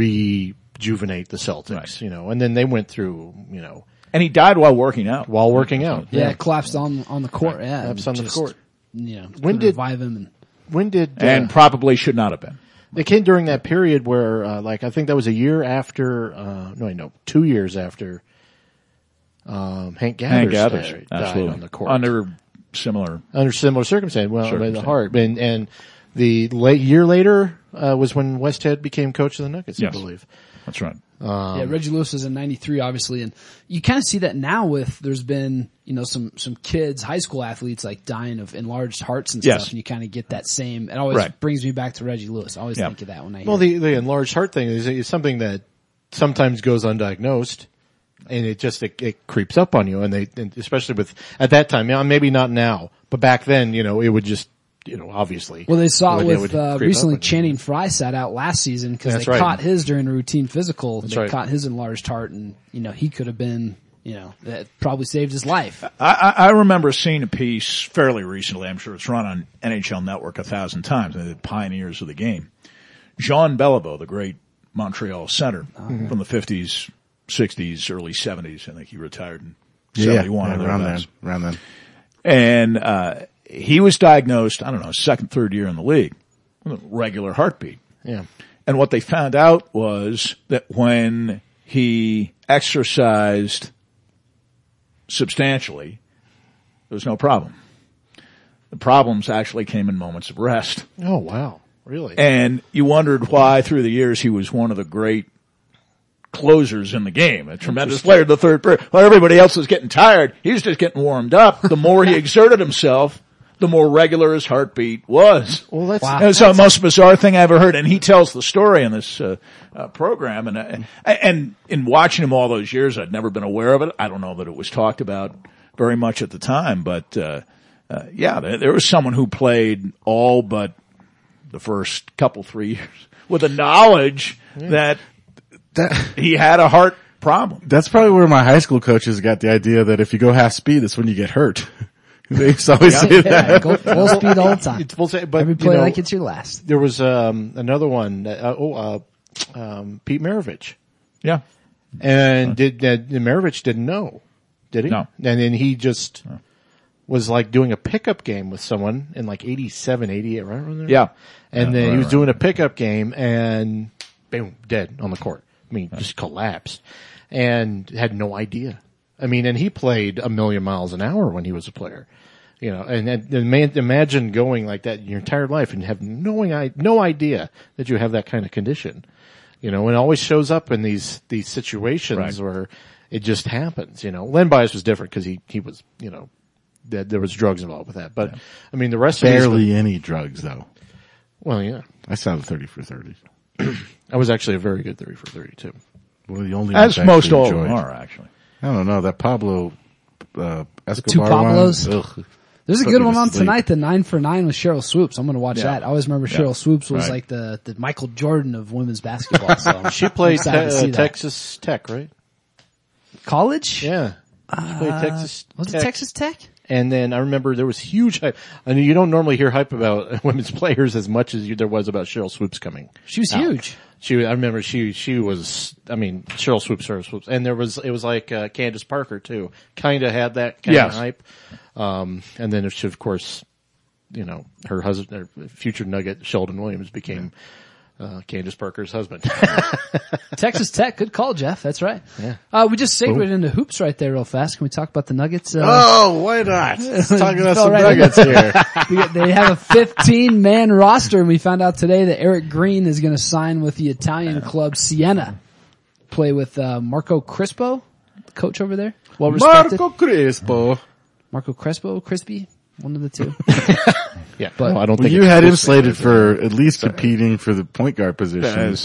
E: rejuvenate the Celtics,
D: Right.
E: you know, and then they went through, you know,
D: And he died while working out.
E: while working out.
C: yeah, collapsed on on the court. Yeah,
E: Collapsed on the court.
C: Yeah,
E: When
C: when
E: did-
C: did revive him? And,
E: When did, uh,
D: And probably should not have been.
E: It came during that period where, uh, like, I think that was a year after, uh, no, no, two years after, um, Hank Gathers,
D: Hank Gathers.
E: died, died
D: Absolutely.
E: on the court
D: Under similar.
E: under similar circumstances. Well, by the
D: Circumstance.
E: heart, and and the late year later uh, was when Westhead became coach of the Nuggets,
D: Yes.
E: I believe.
D: That's right.
C: yeah,
D: Um,
C: Reggie Lewis was in '93, obviously, and you kind of see that now with there's been you know some some kids, high school athletes like dying of enlarged hearts and
D: Yes.
C: stuff, and you kind of get that same. It always
D: Right.
C: brings me back to Reggie Lewis. I always
D: Yeah.
C: think of that when I
E: Well,
C: hear.
E: the the enlarged heart thing is, is something that sometimes goes undiagnosed, and it just it, it creeps up on you, and they and especially with at that time, you know, maybe not now, but back then, you know, it would just you know obviously.
C: Well, they saw it
E: would-
C: with
E: would
C: uh,
E: creep up
C: recently.
E: on you.
C: Channing Frye sat out last season because
E: That's
C: they
E: right.
C: caught his during a routine physical. they
E: right.
C: caught his enlarged heart, and you know he could have been, you know, that probably saved his life.
D: I, I I remember seeing a piece fairly recently. I'm sure it's run on NHL Network a thousand times. The pioneers of the game, Jean Beliveau, the great Montreal center from the 50s, 60s, early 70s. I think he retired in 71 or
A: around then.
D: thereabouts.
A: Around then.
D: And uh, he was diagnosed. I don't know, second, third year in the league, with a regular heartbeat.
E: yeah.
D: And what they found out was that when he exercised substantially, there was no problem. The problems actually came in moments of rest.
E: Oh wow, really?
D: And you wondered why through the years he was one of the great closers in the game, a tremendous player, the third player. While everybody else was getting tired, he was just getting warmed up. The more he exerted himself, the more regular his heartbeat was.
E: well, that's
C: Wow.
D: That was the most bizarre thing I ever heard. And he tells the story in this uh, uh, program. And uh, and in watching him all those years, I'd never been aware of it. I don't know that it was talked about very much at the time, but uh, uh, yeah, there, there was someone who played all but the first couple three years with the knowledge that
A: That,
D: he had a heart problem.
A: that's probably where my high school coaches got the idea that if you go half speed, that's when you get hurt. they used to always say that.
C: yeah, go full speed all the time.
E: It's full se- but,
C: Every
E: you
C: play
E: know-
C: like it's your last.
E: there was um, another one. Uh, oh, uh, um, Pete Maravich,
D: Yeah.
E: and did uh, Maravich didn't know, did he?
D: No.
E: And then he just was like doing a pickup game with someone in like 87, 88, right around there.
D: Yeah.
E: and
D: Yeah,
E: then
D: right
E: he was
D: around
E: doing a pickup game and boom, dead on the court. I mean, just collapsed and had no idea. I mean, and he played a million miles an hour when he was a player. You know, and, and, and ma- imagine going like that your entire life and have no, i- no idea that you have that kind of condition. You know, and it always shows up in these, these situations
D: Right.
E: where it just happens, you know. Len Bias was different because he, he was, you know, that there was drugs involved with that. But I mean, the rest of these,
A: Barely any drugs though.
E: well, yeah.
A: I sound 30 for 30.
E: I was actually a very good 30 for 30 too.
A: One of the only ones
D: As
A: I
D: most
A: actually
D: all of them
A: enjoyed.
D: are actually.
A: I don't know. That Pablo, uh, Escobar
C: two Pablos?
A: one, ugh.
C: There's a
A: Put
C: good
A: me
C: one
A: to
C: on
A: sleep.
C: tonight, the nine for nine with Cheryl Swoops. I'm going to watch
D: Yeah.
C: that. I always remember Cheryl Swoops was
D: Right.
C: like the, the Michael Jordan of women's basketball. So
E: She played
C: I'm excited
E: te-
C: to see
E: uh,
C: that.
E: Texas Tech, right?
C: college.
E: Yeah. She played Texas
C: Uh, Was it
E: Tech.
C: Texas Tech?
E: And then I remember there was huge hype. I mean, you don't normally hear hype about women's players as much as you, there was about Cheryl Swoops coming.
C: She was
E: out.
C: huge.
E: She, was- I remember she, she was, I mean, Cheryl Swoops, Cheryl Swoops. And there was, it was like, uh, Candace Parker too. Kinda had that kind
D: Yes.
E: of hype. Um, and then she, of course, you know, her husband, her future nugget, Sheldon Williams became, uh, Candace Parker's husband.
C: Texas Tech. Good call, Jeff. That's right. Uh, we just segued into hoops right there real fast. Can we talk about the Nuggets? Uh,
A: Oh, why not? Let's talk about
C: Fell
A: some
C: right in.
A: nuggets here.
C: we got- they have a 15 man roster and we found out today that Eric Green is going to sign with the Italian club Siena. Play with, uh, Marco Crispo, the coach over there. Well respected.
A: Marco Crespo.
C: Marco Crespo, Crispy, one of the two.
E: Yeah,
C: But-
E: but I don't
A: Well,
E: think
A: you
E: it's
A: had him
E: close.
A: slated for at least competing for the point guard position.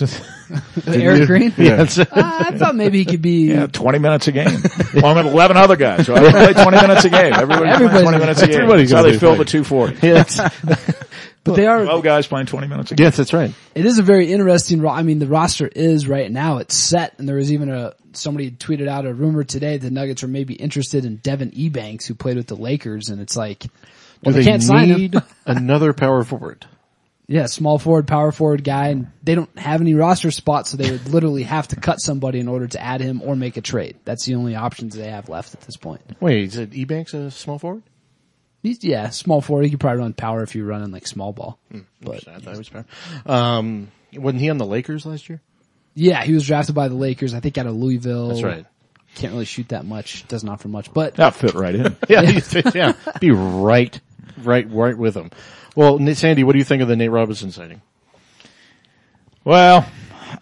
C: Eric
A: you?
C: Green?
A: Yeah.
C: Ah, I thought maybe he could be.
D: Yeah, 20 minutes a game. well, I'm at 11 other guys, so I play 20 minutes a game. Everybody
C: Everybody's-
D: plays 20 minutes a game.
E: everybody's
D: That's how
E: gonna
D: they
E: be
D: fill the
E: playing.
D: 240.
E: Yes,
C: But they are.
D: 12 guys playing 20 minutes a game.
E: yes, that's right.
C: It is a very interesting. ro- I mean, the roster is right now. It's set, and there was even a somebody had tweeted out a rumor today the Nuggets were maybe interested in Devin Ebanks, who played with the Lakers, and it's like, well,
E: Do
C: they, can't sign him.
E: need another power forward?
C: Yeah, small forward, power forward guy, and they don't have any roster spots, so they would literally have to cut somebody in order to add him or make a trade. That's the only options they have left at this point.
E: Wait, is it Ebanks a small forward?
C: He's, yeah, small forward. You could probably run power if you're running like small ball.
E: Hmm.
C: But
E: I thought he was power. Um, wasn't he on the Lakers last year?
C: yeah, he was drafted by the Lakers. I think out of Louisville.
E: That's right.
C: Can't really shoot that much. Doesn't offer much, but
D: That fit right in.
E: Yeah, yeah. be right, right, right with him. Well, Nate- Sandy, what do you think of the Nate Robinson sighting?
D: Well,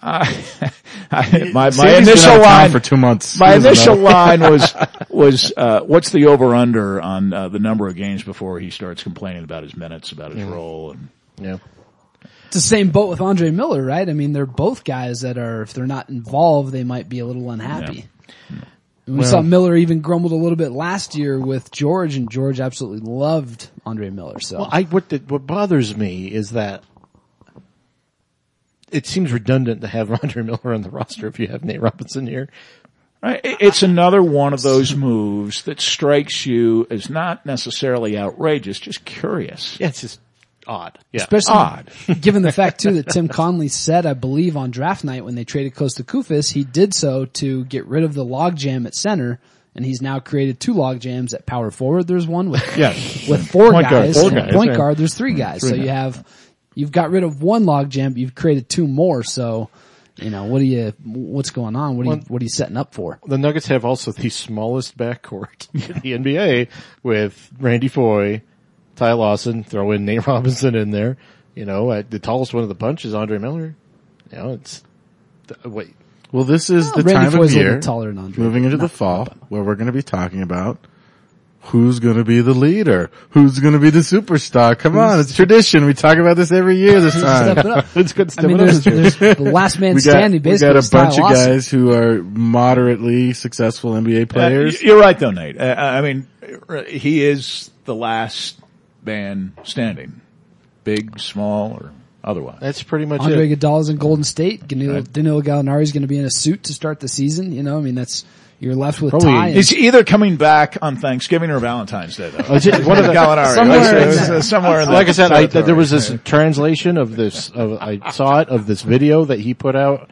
D: I, I, my, my
A: Sandy's been out
D: initial
A: of town
D: line
A: for two months.
D: My
A: He doesn't
D: initial
A: know.
D: line was was uh, what's the over under on uh, the number of games before he starts complaining about his minutes, about his role, and
E: Yeah.
C: it's the same boat with Andre Miller, right? I mean, they're both guys that are, if they're not involved, they might be a little unhappy. We saw Miller even grumbled a little bit last year with George, and George absolutely loved Andre Miller. So
E: Well, I what the, what bothers me is that it seems redundant to have Andre Miller on the roster if you have Nate Robinson here.
D: Right. It- It's another one of those moves that strikes you as not necessarily outrageous, just curious.
E: Yeah, it's just odd. Yeah.
C: Especially
D: Odd.
C: given the fact too that Tim Conley said, I believe on draft night when they traded Costa Kufis, he did so to get rid of the logjam at center, and he's now created two log jams at power forward. There's one with with four
E: Point guard,
C: guys,
E: four
C: and
E: guys,
C: point
E: yeah.
C: guard. There's three guys, so you have you've got rid of one log jam, but you've created two more. So you know what do you what's going on? What are you what are you setting up for?
E: the Nuggets have also the smallest backcourt in the NBA with Randy Foy, Ty Lawson, throw in Nate Robinson in there. You know, uh, the tallest one of the bunch is Andre Miller. You know, it's th- wait.
A: Well, this is the
C: Oh, Randy
A: time
C: Foy's
A: of
C: a little
A: year.
C: bit taller than Andre.
A: Moving into the fall, where we're going to be talking about who's going to be the leader, who's going to be the superstar. Come on, it's tradition. We talk about this every year this
C: Step it
A: time.
C: up.
E: It's good
C: I mean,
E: stepping up
C: there's,
E: this year.
C: there's the last man
A: We got, we
C: standing. Basically,
A: got a
C: with Ty
A: bunch of
C: Lawson.
A: guys who are moderately successful NBA
D: Uh,
A: players.
D: you're right though, Nate. Uh, I mean, uh, he is the last man standing, big, small, or otherwise.
E: That's pretty much
C: Andre
E: it.
C: Iguodala's in Golden State. Danilo, Danilo Gallinari's going to be in a suit to start the season. You know, I mean, that's you're left with
E: Probably-
C: Ty. And,
D: He's either coming back on Thanksgiving or Valentine's Day, though.
E: Is it- one of the-
D: Gallinari.
C: Somewhere
D: It's-
C: in
D: it's,
C: that-
D: uh, somewhere in
E: like
D: that
E: I said, I,
D: territory.
E: there was this translation of this. Of, I saw it of this video that he put out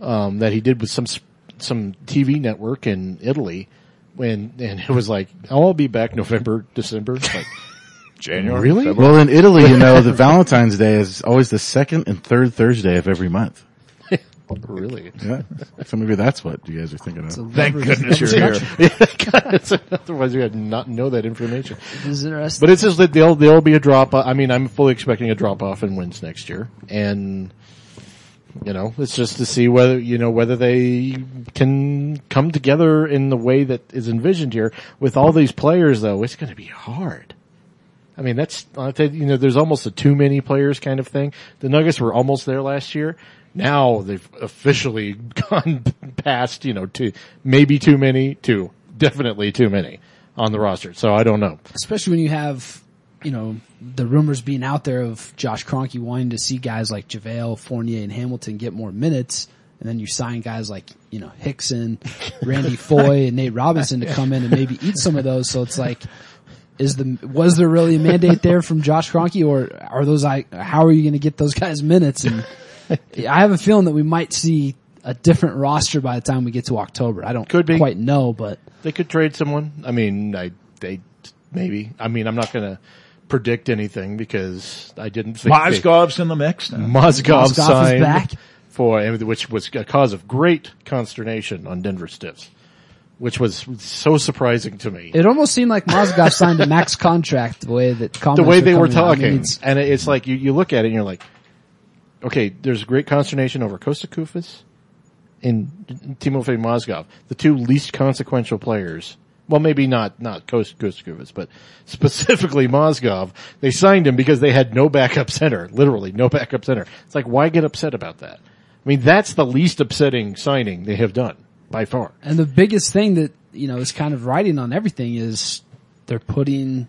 E: um, that he did with some s- some TV network in Italy, when and it was like, "I'll be back November, December." Like,
D: January.
E: really?
A: Well, in Italy, you know, the Valentine's Day is always the second and third Thursday of every month.
E: Really?
A: Yeah. So maybe that's what you guys are thinking of.
D: Thank goodness you're here.
E: It's- Otherwise, you would not know that information.
C: this is interesting.
E: But it's just that there'll there'll be a drop. I mean, I'm fully expecting a drop off in wins next year, and you know, it's just to see whether you know whether they can come together in the way that is envisioned here. With all these players, though, it's going to be hard. I mean, that's I think, you know, there's almost a too many players kind of thing. The Nuggets were almost there last year. Now they've officially gone past, you know, two, maybe too many, two, definitely too many on the roster. So I don't know.
C: especially when you have, you know, the rumors being out there of Josh Kroenke wanting to see guys like JaVale, Fournier, and Hamilton get more minutes. And then you sign guys like, you know, Hickson, Randy Foy, and Nate Robinson to come in and maybe eat some of those. So it's like, is the, was there really a mandate there from Josh Kroenke or are those, I, how are you going to get those guys minutes? And I have a feeling that we might see a different roster by the time we get to October. I don't
E: Could be.
C: quite know, but
E: They could trade someone. I mean, I they maybe. I mean, I'm not going to predict anything because I didn't think they-
D: Mozgov's in the mix now.
E: Mozgov,
C: Mozgov is
E: signed
C: back.
E: for which was a cause of great consternation on Denver Stiffs, which was so surprising to me.
C: It almost seemed like Mozgov signed a max contract the way that
E: the
C: comments
E: way they were
C: coming out. I mean,
E: talking,
C: it's-
E: and it- it's like you, you look at it and you're like, okay, there's great consternation over Costa Kufis and Timofey Mozgov, the two least consequential players well, maybe not, not Coast Gustavus, but specifically Mozgov, they signed him because they had no backup center, literally no backup center. It's like, why get upset about that? I mean, that's the least upsetting signing they have done by far.
C: And the biggest thing that, you know, is kind of riding on everything is they're putting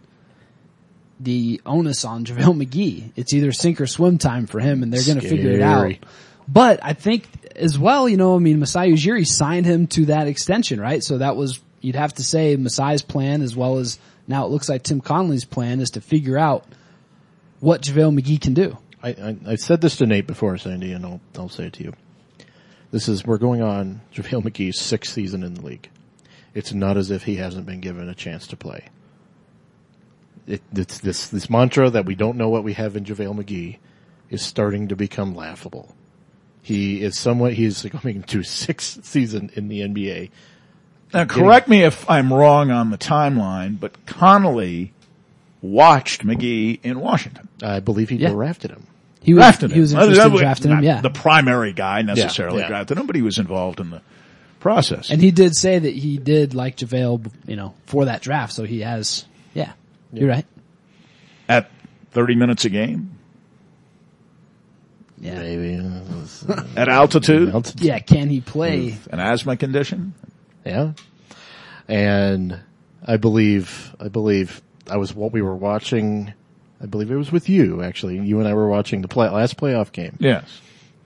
C: the onus on JaVale McGee. It's either sink or swim time for him and they're going to figure it out.
E: Scary.
C: But I think as well, you know, I mean, Masai Ujiri signed him to that extension, right? So that was, you'd have to say Masai's plan as well as now it looks like Tim Conley's plan is to figure out what JaVale McGee can do.
E: I, I, I said this to Nate before, Sandy, and I'll, I'll say it to you. This is, we're going on JaVale McGee's sixth season in the league. It's not as if he hasn't been given a chance to play. It, it's this, this mantra that we don't know what we have in JaVale McGee is starting to become laughable. He is somewhat, he's going into his sixth season in the NBA.
D: Now, correct me if I'm wrong on the timeline, but Connolly watched McGee in Washington.
E: I believe he
C: Yeah.
E: drafted him.
C: He was,
D: Drafted him.
C: he was
D: Other
C: interested in
D: than-
C: drafting him.
D: not
C: Yeah.
D: The primary guy necessarily
E: yeah.
D: drafted him, but he was involved in the process.
C: And he did say that he did like JaVale, you know, for that draft. So he has, yeah, you're right.
D: At 30 minutes a game,
C: Yeah.
E: Maybe.
D: at altitude,
C: Yeah. Can he play?
D: an asthma condition.
E: Yeah. And I believe, I believe I was what we were watching. I believe it was with you actually. You and I were watching the play, last playoff game
D: Yes.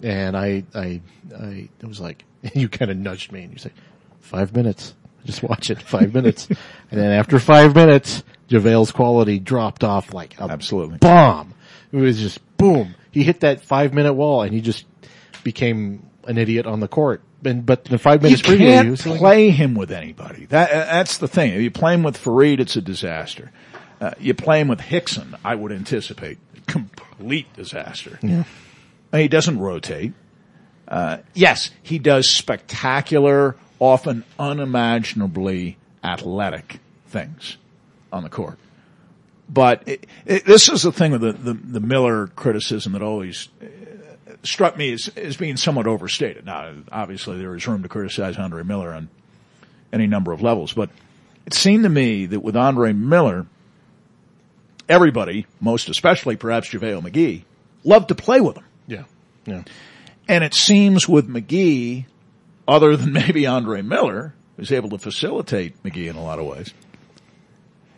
E: and I, I, I it was like, you kind of nudged me and you said, five minutes, just watch it, five minutes. And then after five minutes, JaVale's quality dropped off like a
D: Absolutely.
E: bomb. It was just boom. He hit that five minute wall and he just became an idiot on the court. And, but the five
D: You
E: minutes previously, he
D: can't
E: was like-
D: play him with anybody. That uh, that's the thing. If you play him with Farid, it's a disaster. Uh, you play him with Hickson, I would anticipate complete disaster. And He doesn't rotate. Uh, yes, he does spectacular, often unimaginably athletic things on the court. But it, it, this is the thing with the, the, the Miller criticism that always struck me as, as being somewhat overstated. Now, obviously, there is room to criticize Andre Miller on any number of levels, but it seemed to me that with Andre Miller, everybody, most especially perhaps JaVale McGee, loved to play with him.
E: yeah, yeah.
D: And it seems with McGee, other than maybe Andre Miller, who's able to facilitate McGee in a lot of ways,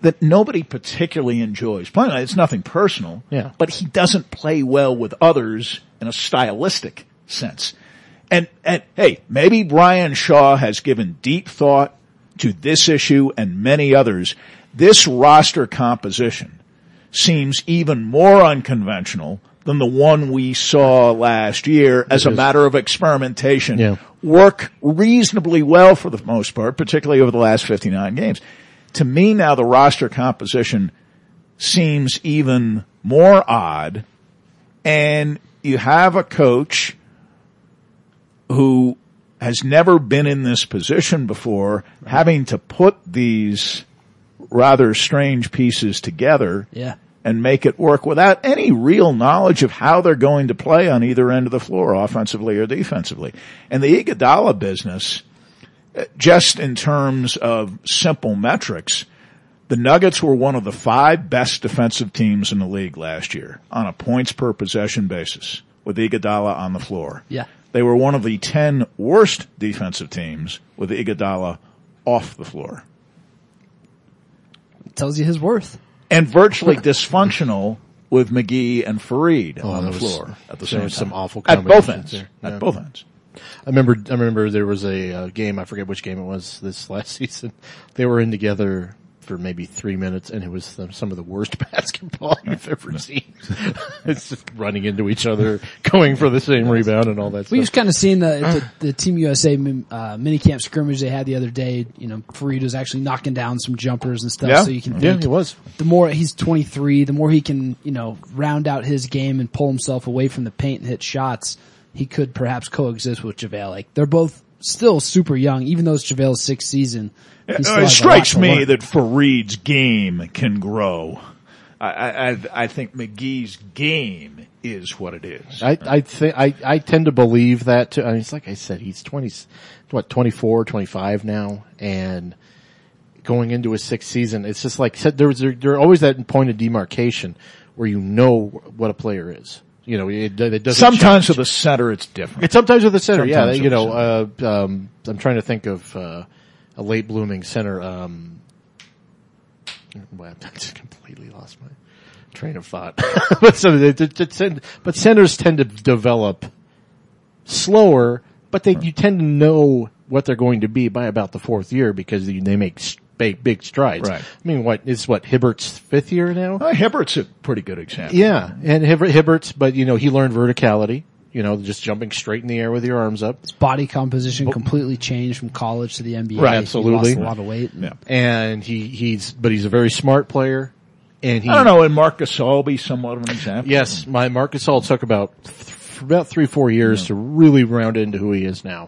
D: that nobody particularly enjoys playing. It's nothing personal,
E: Yeah.
D: but he doesn't play well with others in a stylistic sense. And, and hey, maybe Brian Shaw has given deep thought to this issue and many others. This roster composition seems even more unconventional than the one we saw last year as a matter of experimentation.
E: Yeah.
D: Work reasonably well for the most part, particularly over the last 59 games. To me now the roster composition seems even more odd and you have a coach who has never been in this position before having to put these rather strange pieces together
C: Yeah.
D: and make it work without any real knowledge of how they're going to play on either end of the floor, offensively or defensively. And the Iguodala business, uh, just in terms of simple metrics, the Nuggets were one of the five best defensive teams in the league last year on a points per possession basis with Iguodala on the floor.
C: Yeah.
D: They were one of the 10 worst defensive teams with Iguodala off the floor.
C: Tells you his worth.
D: and virtually dysfunctional with McGee and Farid on the
E: Oh, that was-
D: floor at the
E: there
D: same time.
E: was some awful
D: at both ends.
E: combinations there.
D: At
E: Yeah.
D: both ends.
E: I remember, I remember there was a, uh game, I forget which game it was this last season. They were in together for maybe three minutes and it was the, some of the worst basketball I've ever seen. it's just running into each other, going for the same rebound and all that
C: We
E: stuff.
C: just kind of seen the, the, the Team USA min- uh, minicamp scrimmage they had the other day. You know, Farid was actually knocking down some jumpers and stuff.
D: Yeah.
C: So you can
E: Yeah,
C: think
E: he was.
C: the more he's 23, the more he can, you know, round out his game and pull himself away from the paint and hit shots. He could perhaps coexist with JaVale. Like they're both still super young, even though it's JaVale's sixth season. he still
D: Uh, it
C: has a
D: strikes
C: lot to
D: me
C: learn.
D: that Farid's game can grow. I, I, I- I think McGee's game is what it is.
E: I, I think, I, I tend to believe that too. I mean, it's like I said, he's 20, what, 24, 25 now and going into a sixth season. It's just like said, there's there, there always that point of demarcation where you know what a player is. You know, it, it doesn't
D: Sometimes with the center, it's different.
E: It's sometimes with the center.
D: Sometimes
E: yeah,
D: with
E: you
D: the
E: know, uh, um, I'm trying to think of uh, a late blooming center. Um, well, I just completely lost my train of thought. but so they, they, they tend- but centers tend to develop slower, but they you tend to know what they're going to be by about the fourth year because they, they make s- big big strides.
D: Right.
E: I mean, what is what Hibbert's fifth year now?
D: Uh, Hibbert's a pretty good example.
E: Yeah, and Hibbert, Hibbert's, but you know, he learned verticality. You know, just jumping straight in the air with your arms up.
C: Body composition completely changed from college to the NBA.
E: Right,
C: He
E: absolutely.
C: lost a lot of weight.
D: Yeah.
E: and he he's but he's a very smart player. And he,
D: I don't know, and Mark Gasol be somewhat of an example.
E: Yes, my Marcus All took about th- about three four years to really round into who he is now,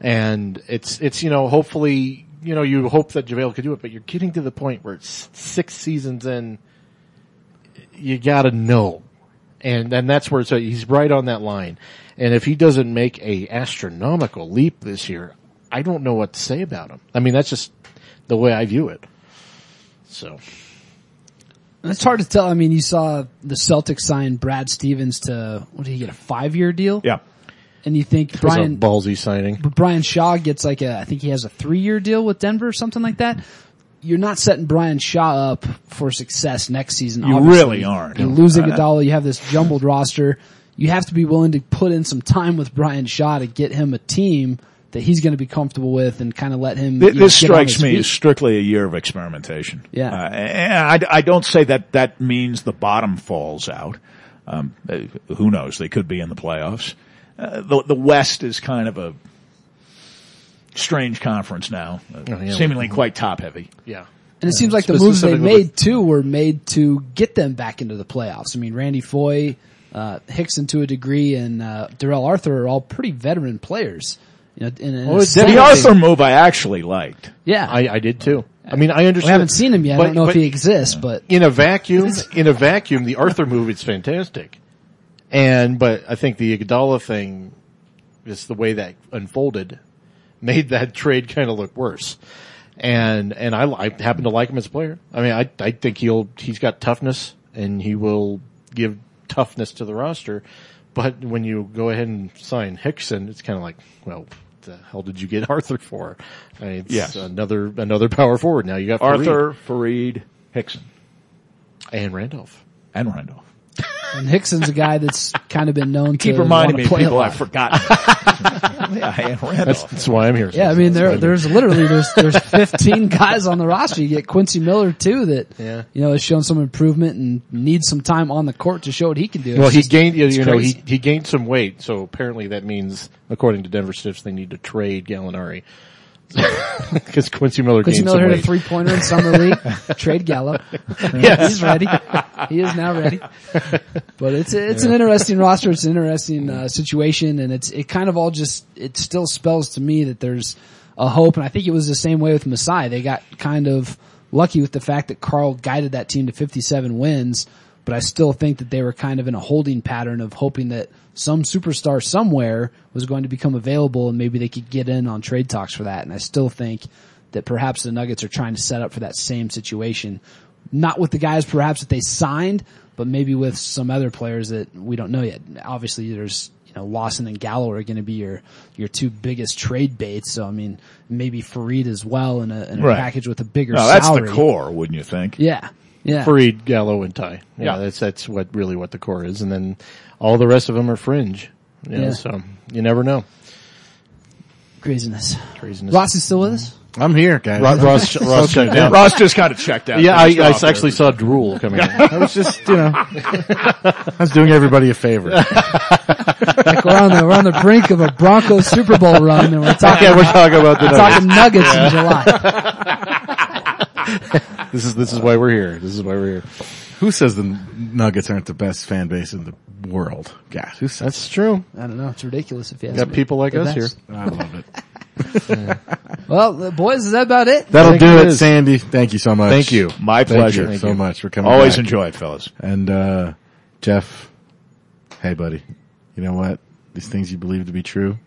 E: and it's it's you know hopefully you know you hope that Javale could do it, but you're getting to the point where it's six seasons in, you gotta know, and and that's where so he's right on that line, and if he doesn't make a astronomical leap this year, I don't know what to say about him. I mean that's just the way I view it. So.
C: And It's hard to tell. I mean, you saw the Celtics sign Brad Stevens to what did he get a five year deal?
D: Yeah.
C: and you think
E: was a
C: Brian
E: ballsy signing.
C: but Brian Shaw gets like a, I think he has a three year deal with Denver or something like that. You're not setting Brian Shaw up for success next season.
D: You
C: obviously.
D: really aren't.
C: You're losing Iguodala. You have this jumbled roster. You have to be willing to put in some time with Brian Shaw to get him a team that he's going to be comfortable with and kind of let him.
D: Th-
C: you know,
D: This
C: get on
D: strikes
C: his
D: me
C: feet.
D: as strictly a year of experimentation.
C: Yeah.
D: Uh, and I, I don't say that that means the bottom falls out. Um, they- who knows? They could be in the playoffs. Uh, the, the West is kind of a strange conference now, uh,
E: yeah.
D: seemingly quite top heavy.
E: Yeah.
C: And it seems like the moves they
E: Specifically with-
C: made too were made to get them back into the playoffs. I mean, Randy Foy, uh, Hickson to a degree, and uh, Darrell Arthur are all pretty veteran players. You know, in, in a
E: it's
C: sense-
D: The
E: Yeah.
D: Arthur move I actually liked.
C: yeah,
E: Oh, I, I did too. I mean, I understand.
C: we haven't seen him yet. I
E: but-
C: don't know if
E: but
C: he exists, but
E: In a vacuum, in a vacuum, the Arthur move is fantastic. And, but I think the Iguodala thing, just the way that unfolded, made that trade kind of look worse. And, and I, I happen to like him as a player. I mean, I, I think he'll, he's got toughness and he will give toughness to the roster. But when you go ahead and sign Hickson, it's kind of like, well, what the hell did you get Arthur for? I mean, it's
D: Yes.
E: another, another power forward. Now you got Fareed
D: Arthur, Fareed, Hickson,
E: and Randolph.
D: and Randolph.
C: and Hickson's a guy that's kind of been known to
D: Keep reminding
C: wanna
D: me of
C: play a
D: people
C: lot.
D: I've forgotten. yeah, and
E: That's,
D: Randolph.
E: that's why I'm here.
C: Yeah, I mean
E: That's why
C: there
E: I'm
C: there's literally there's there's 15 guys on the roster. You get Quincy Miller too that
E: Yeah.
C: you know has shown some improvement and needs some time on the court to show what he can do.
E: here. Well,
C: It's
E: he
C: just-
E: gained, you,
C: it's
E: you know, he,
C: crazy.
E: he gained some weight. So apparently that means, according to Denver Stiffs, they need to trade Gallinari. Cause Quincy Miller
C: Quincy
E: gained
C: Miller
E: some
C: hit a
E: weight.
C: three pointer in summer league. Trade Gallup. He's ready. He is now ready. But it's it's an interesting roster. It's an interesting uh, situation, and it's it kind of all just it still spells to me that there's a hope. And I think it was the same way with Masai. They got kind of lucky with the fact that Carl guided that team to 57 wins. But I still think that they were kind of in a holding pattern of hoping that some superstar somewhere was going to become available and maybe they could get in on trade talks for that. And I still think that perhaps the Nuggets are trying to set up for that same situation. Not with the guys perhaps that they signed, but maybe with some other players that we don't know yet. Obviously there's, you know, Lawson and Gallo are going to be your, your two biggest trade baits. So I mean, maybe Farid as well in a, in a
D: Right.
C: package with a bigger
D: No, that's
C: salary.
D: the core, wouldn't you think?
C: Yeah. Yeah.
E: Fareed, Gallo, and Ty. Yeah,
D: Yeah.
E: that's, that's what really what the core is. And then all the rest of them are fringe. You know,
C: Yeah.
E: so you never know.
C: Craziness.
E: Craziness.
C: Ross is still with us?
A: I'm here, guys.
E: Ro- Ross, Ross shut down.
D: Ross just kind of checked out.
E: Yeah, I,
D: He's
E: I
D: off there.
E: actually saw drool coming out.
A: I was just, you know, I was doing everybody a favor.
C: Like we're on the, we're on the brink of a Broncos Super Bowl run and we're talking,
E: yeah, we're talking about the
C: we're talking Nuggets in July.
E: This is, this is why we're here. This is why we're here.
A: Who says the Nuggets aren't the best fan base in the world? God, who says?
E: That's true.
C: I don't know. It's ridiculous if you ask
E: Got
C: me.
E: people like
C: The
E: us here.
C: best.
A: I love it.
C: Well, the boys, is that about it?
A: That'll
E: think it
A: do it,
E: is.
A: Sandy. Thank you so much.
E: Thank you.
D: My
A: Thank
D: pleasure.
A: you so much for coming.
D: Always
A: back.
D: enjoy it, fellas.
A: And uh, Jeff, hey buddy, you know what? These things you believe to be true,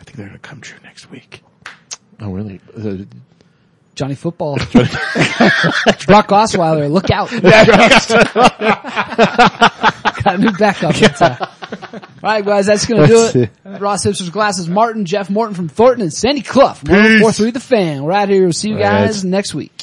A: I think they're gonna come true next week.
E: Oh, really? Uh,
C: Johnny Football. Brock Osweiler, look out. Got a new backup. That's, uh, All right, guys, that's going to do
E: That's
C: it. Ross Hipster's Glasses, Martin, Jeff Morton from Thornton, and Sandy Clough.
A: Peace.
C: 1043 The Fan. We're out here. We'll see you
E: All right.
C: guys next week.